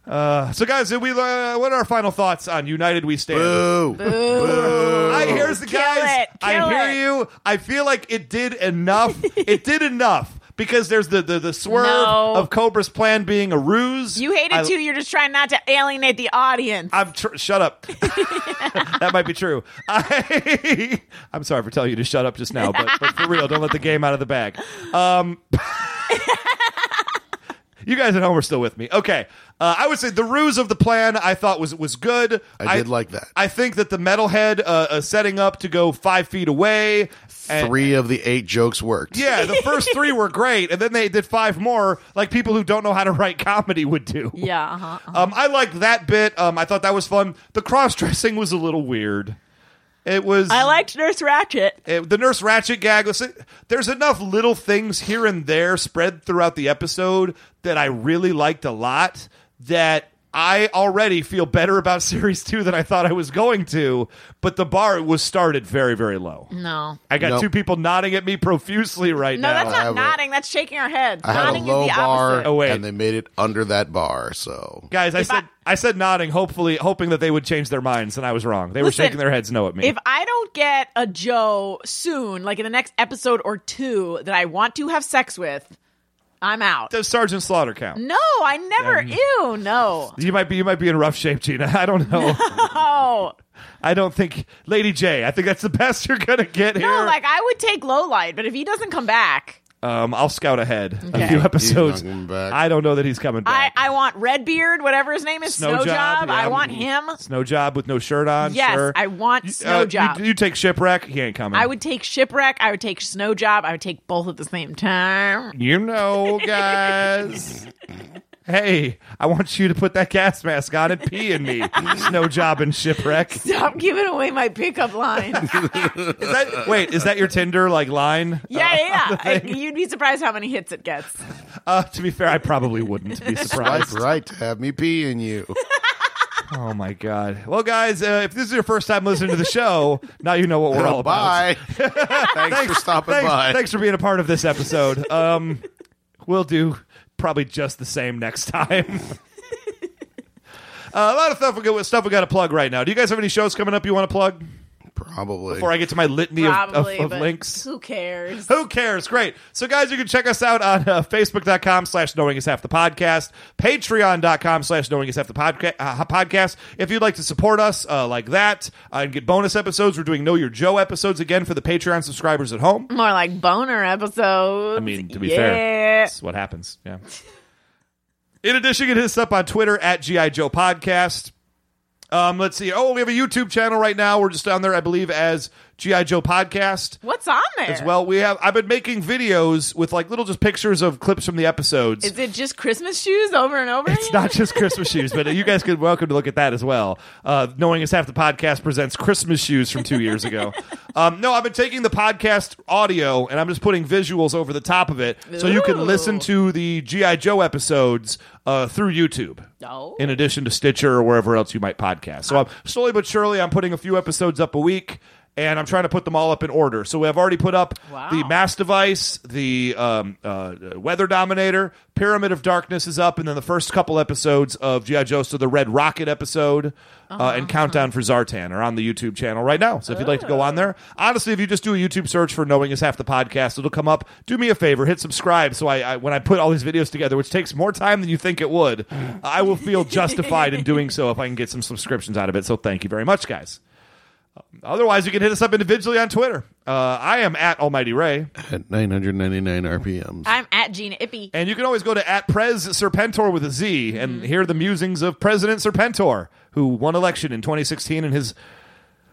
C: Uh, so, guys, did we uh, what are our final thoughts on "United We Stand"?
D: Boo.
C: I here's the
E: Kill
C: guys.
E: it. Kill
C: I hear
E: it.
C: you. I feel like it did enough. it did enough because there's the the, the swerve
E: No.
C: of Cobra's plan being a ruse.
E: You hate it
C: I-
E: too. You're just trying not to alienate the audience.
C: I'm tr- shut up. that might be true. I, I'm sorry for telling you to shut up just now, but, but for real, don't let the game out of the bag. Um, you guys at home are still with me. Okay, uh, I would say the ruse of the plan I thought was was good.
D: I did like that.
C: I think that the metalhead uh, uh, setting up to go five feet away. and-
D: Three of the eight jokes worked.
C: yeah, the first three were great, and then they did five more, like people who don't know how to write comedy would do.
E: yeah. Uh-huh.
C: Um, I liked that bit. Um, I thought that was fun. The cross dressing was a little weird. It was.
E: I liked Nurse Ratchet.
C: it- the Nurse Ratchet gag. Was, there's enough little things here and there spread throughout the episode that I really liked a lot. That I already feel better about series two than I thought I was going to. But the bar was started very, very low.
E: No.
C: I got
D: Nope.
C: two people nodding at me profusely right
E: No,
C: now.
E: that's
D: I
E: not
D: have a-
E: nodding. that's shaking our heads.
D: I had a
E: nodding
D: low
E: is the
D: bar,
E: opposite.
C: Oh, wait.
D: and they made it under that bar. So
C: Guys, I
E: If I-
C: said I, said nodding, hopefully hoping that they would change their minds, and I was wrong. They were
E: Listen,
C: shaking their heads no at me.
E: If I don't get a Joe soon, like in the next episode or two, that I want to have sex with, I'm out.
C: Does Sergeant Slaughter count?
E: no, I never. Ew, no.
C: You might be you might be in rough shape, Gina. I don't know.
E: Oh,
C: I don't think Lady J. I think that's the best you're gonna get here.
E: no. Like I would take low light, but if he doesn't come back,
C: um, I'll scout ahead a
E: Okay.
C: few episodes.
D: He's not coming back.
C: I don't know that he's coming
E: I,
C: back.
E: I want Redbeard, whatever his name is,
C: Snowjob,
E: Snowjob.
C: yeah.
E: I want him.
C: Snow job with no shirt on.
E: Yes,
C: sure.
E: I want
C: You- uh,
E: Snow
C: you-
E: Job.
C: You, take shipwreck. He ain't coming.
E: I would take Shipwreck. I would take Snowjob. I would take both at the same time.
C: You know, guys. hey, I want you to put that gas mask on and pee in me. Snow job and shipwreck.
E: Stop giving away my pickup lines.
C: Is that wait? Is that your Tinder like line?
E: yeah, yeah. yeah. You'd be surprised how many hits it gets.
C: Uh, to be fair, I probably wouldn't be
D: swipe
C: surprised.
D: right to have me pee in you.
C: Oh my god! Well, guys, uh, if this is your first time listening to the show, now you know what we're all about.
D: Bye. thanks, for stopping
C: Thanks,
D: by.
C: thanks for being a part of this episode. Um, we'll do probably just the same next time. Uh, a lot of stuff we got, stuff we got to plug right now. Do you guys have any shows coming up you want to plug?
D: Probably.
C: before I get to my litany of, of,
E: Probably,
C: of
E: but
C: links.
E: who cares?
C: Who cares? Great. So, guys, you can check us out on uh, Facebook.com slash Knowing Is Half the Podcast, Patreon.com slash Knowing Is Half the podca- uh, Podcast. If you'd like to support us uh, like that uh, and get bonus episodes, we're doing Know Your Joe episodes again for the Patreon subscribers at home.
E: More like boner episodes.
C: I mean, to be
E: yeah.
C: fair, that's what happens. Yeah. In addition, you can hit us up on Twitter at GI Joe Podcast. Um, let's see. Oh, we have a YouTube channel right now. We're just on there, I believe, as GI Joe Podcast.
E: What's on there?
C: As well, we have. I've been making videos with like little just pictures of clips from the episodes.
E: Is it just Christmas shoes over and over?
C: It's
E: again?
C: not just Christmas shoes, but you guys could welcome to look at that as well. Uh, Knowing is half the podcast presents Christmas shoes from two years ago. Um, no, I've been taking the podcast audio and I'm just putting visuals over the top of it, so you
E: Ooh.
C: can listen to the GI Joe episodes uh, through YouTube.
E: Oh. Ah.
C: In addition to Stitcher or wherever else you might podcast. So I'm slowly but surely I'm putting a few episodes up a week. And I'm trying to put them all up in order. So I've already put up
E: Wow.
C: the Mass Device, the um, uh, Weather Dominator, Pyramid of Darkness is up, and then the first couple episodes of G.I. Joe, so the Red Rocket episode uh, and Countdown for Zartan are on the YouTube channel right now. So if you'd like to go on there, honestly, if you just do a YouTube search for Knowing Is Half the Podcast, it'll come up. Do me a favor, hit subscribe. So I, I when I put all these videos together, which takes more time than you think it would, I will feel justified in doing so if I can get some subscriptions out of it. So thank you very much, guys. Otherwise, you can hit us up individually on Twitter. Uh, I am at Almighty Ray.
D: At 999 RPMs.
E: I'm at Gina Ippy.
C: And you can always go to at Prez Serpentor with a Z and hear the musings of President Serpentor, who won election in 2016 and his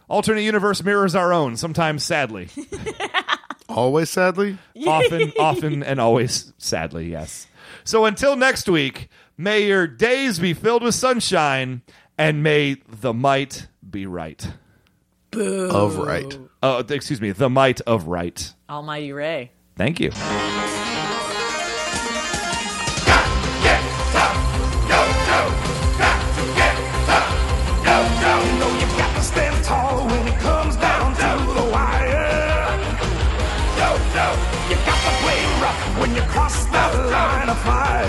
C: alternate universe mirrors our own, sometimes sadly.
D: Always, sadly.
C: often, often, and always sadly, yes. So until next week, may your days be filled with sunshine and may the might be right.
D: Of right.
C: Uh, excuse me, the might of right.
E: Almighty Ray.
C: Thank you.
H: You know you got to stand tall when it comes down to the wire. Yo, yo, you got to play rough when you cross that line of fire.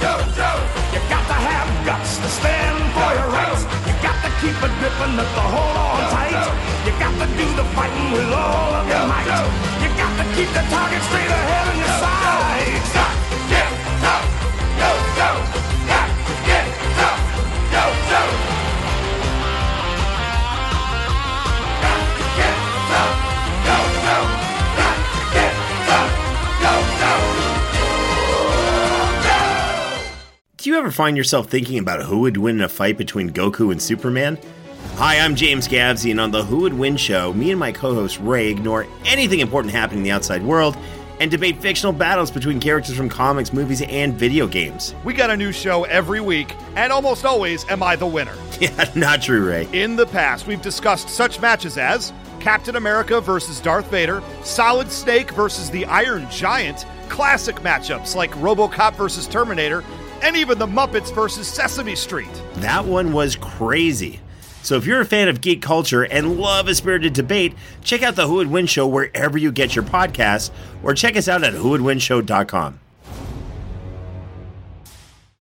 H: Yo, yo, you got to have guts to stand for your rights. You got to keep a gripping up the hold on tight. You got to do the fighting with all of your might. You got to keep the target straight ahead in your sights. Get up, yo, yo, got to get up, yo, yo. Got to get up, yo, yo, got to get up, yo, yo.
I: Do you ever find yourself thinking about who would win in a fight between Goku and Superman? Hi, I'm James Gavsey, and on the Who Would Win show, me and my co host Ray ignore anything important happening in the outside world and debate fictional battles between characters from comics, movies, and video games.
C: We got a new show every week, and almost always am I the winner.
I: Yeah, not true, Ray.
C: In the past, we've discussed such matches as Captain America versus Darth Vader, Solid Snake versus the Iron Giant, classic matchups like RoboCop versus Terminator, and even the Muppets versus Sesame Street.
I: That one was crazy. So if you're a fan of geek culture and love a spirited debate, check out the Who Would Win show wherever you get your podcasts, or check us out at whowouldwinshow.com.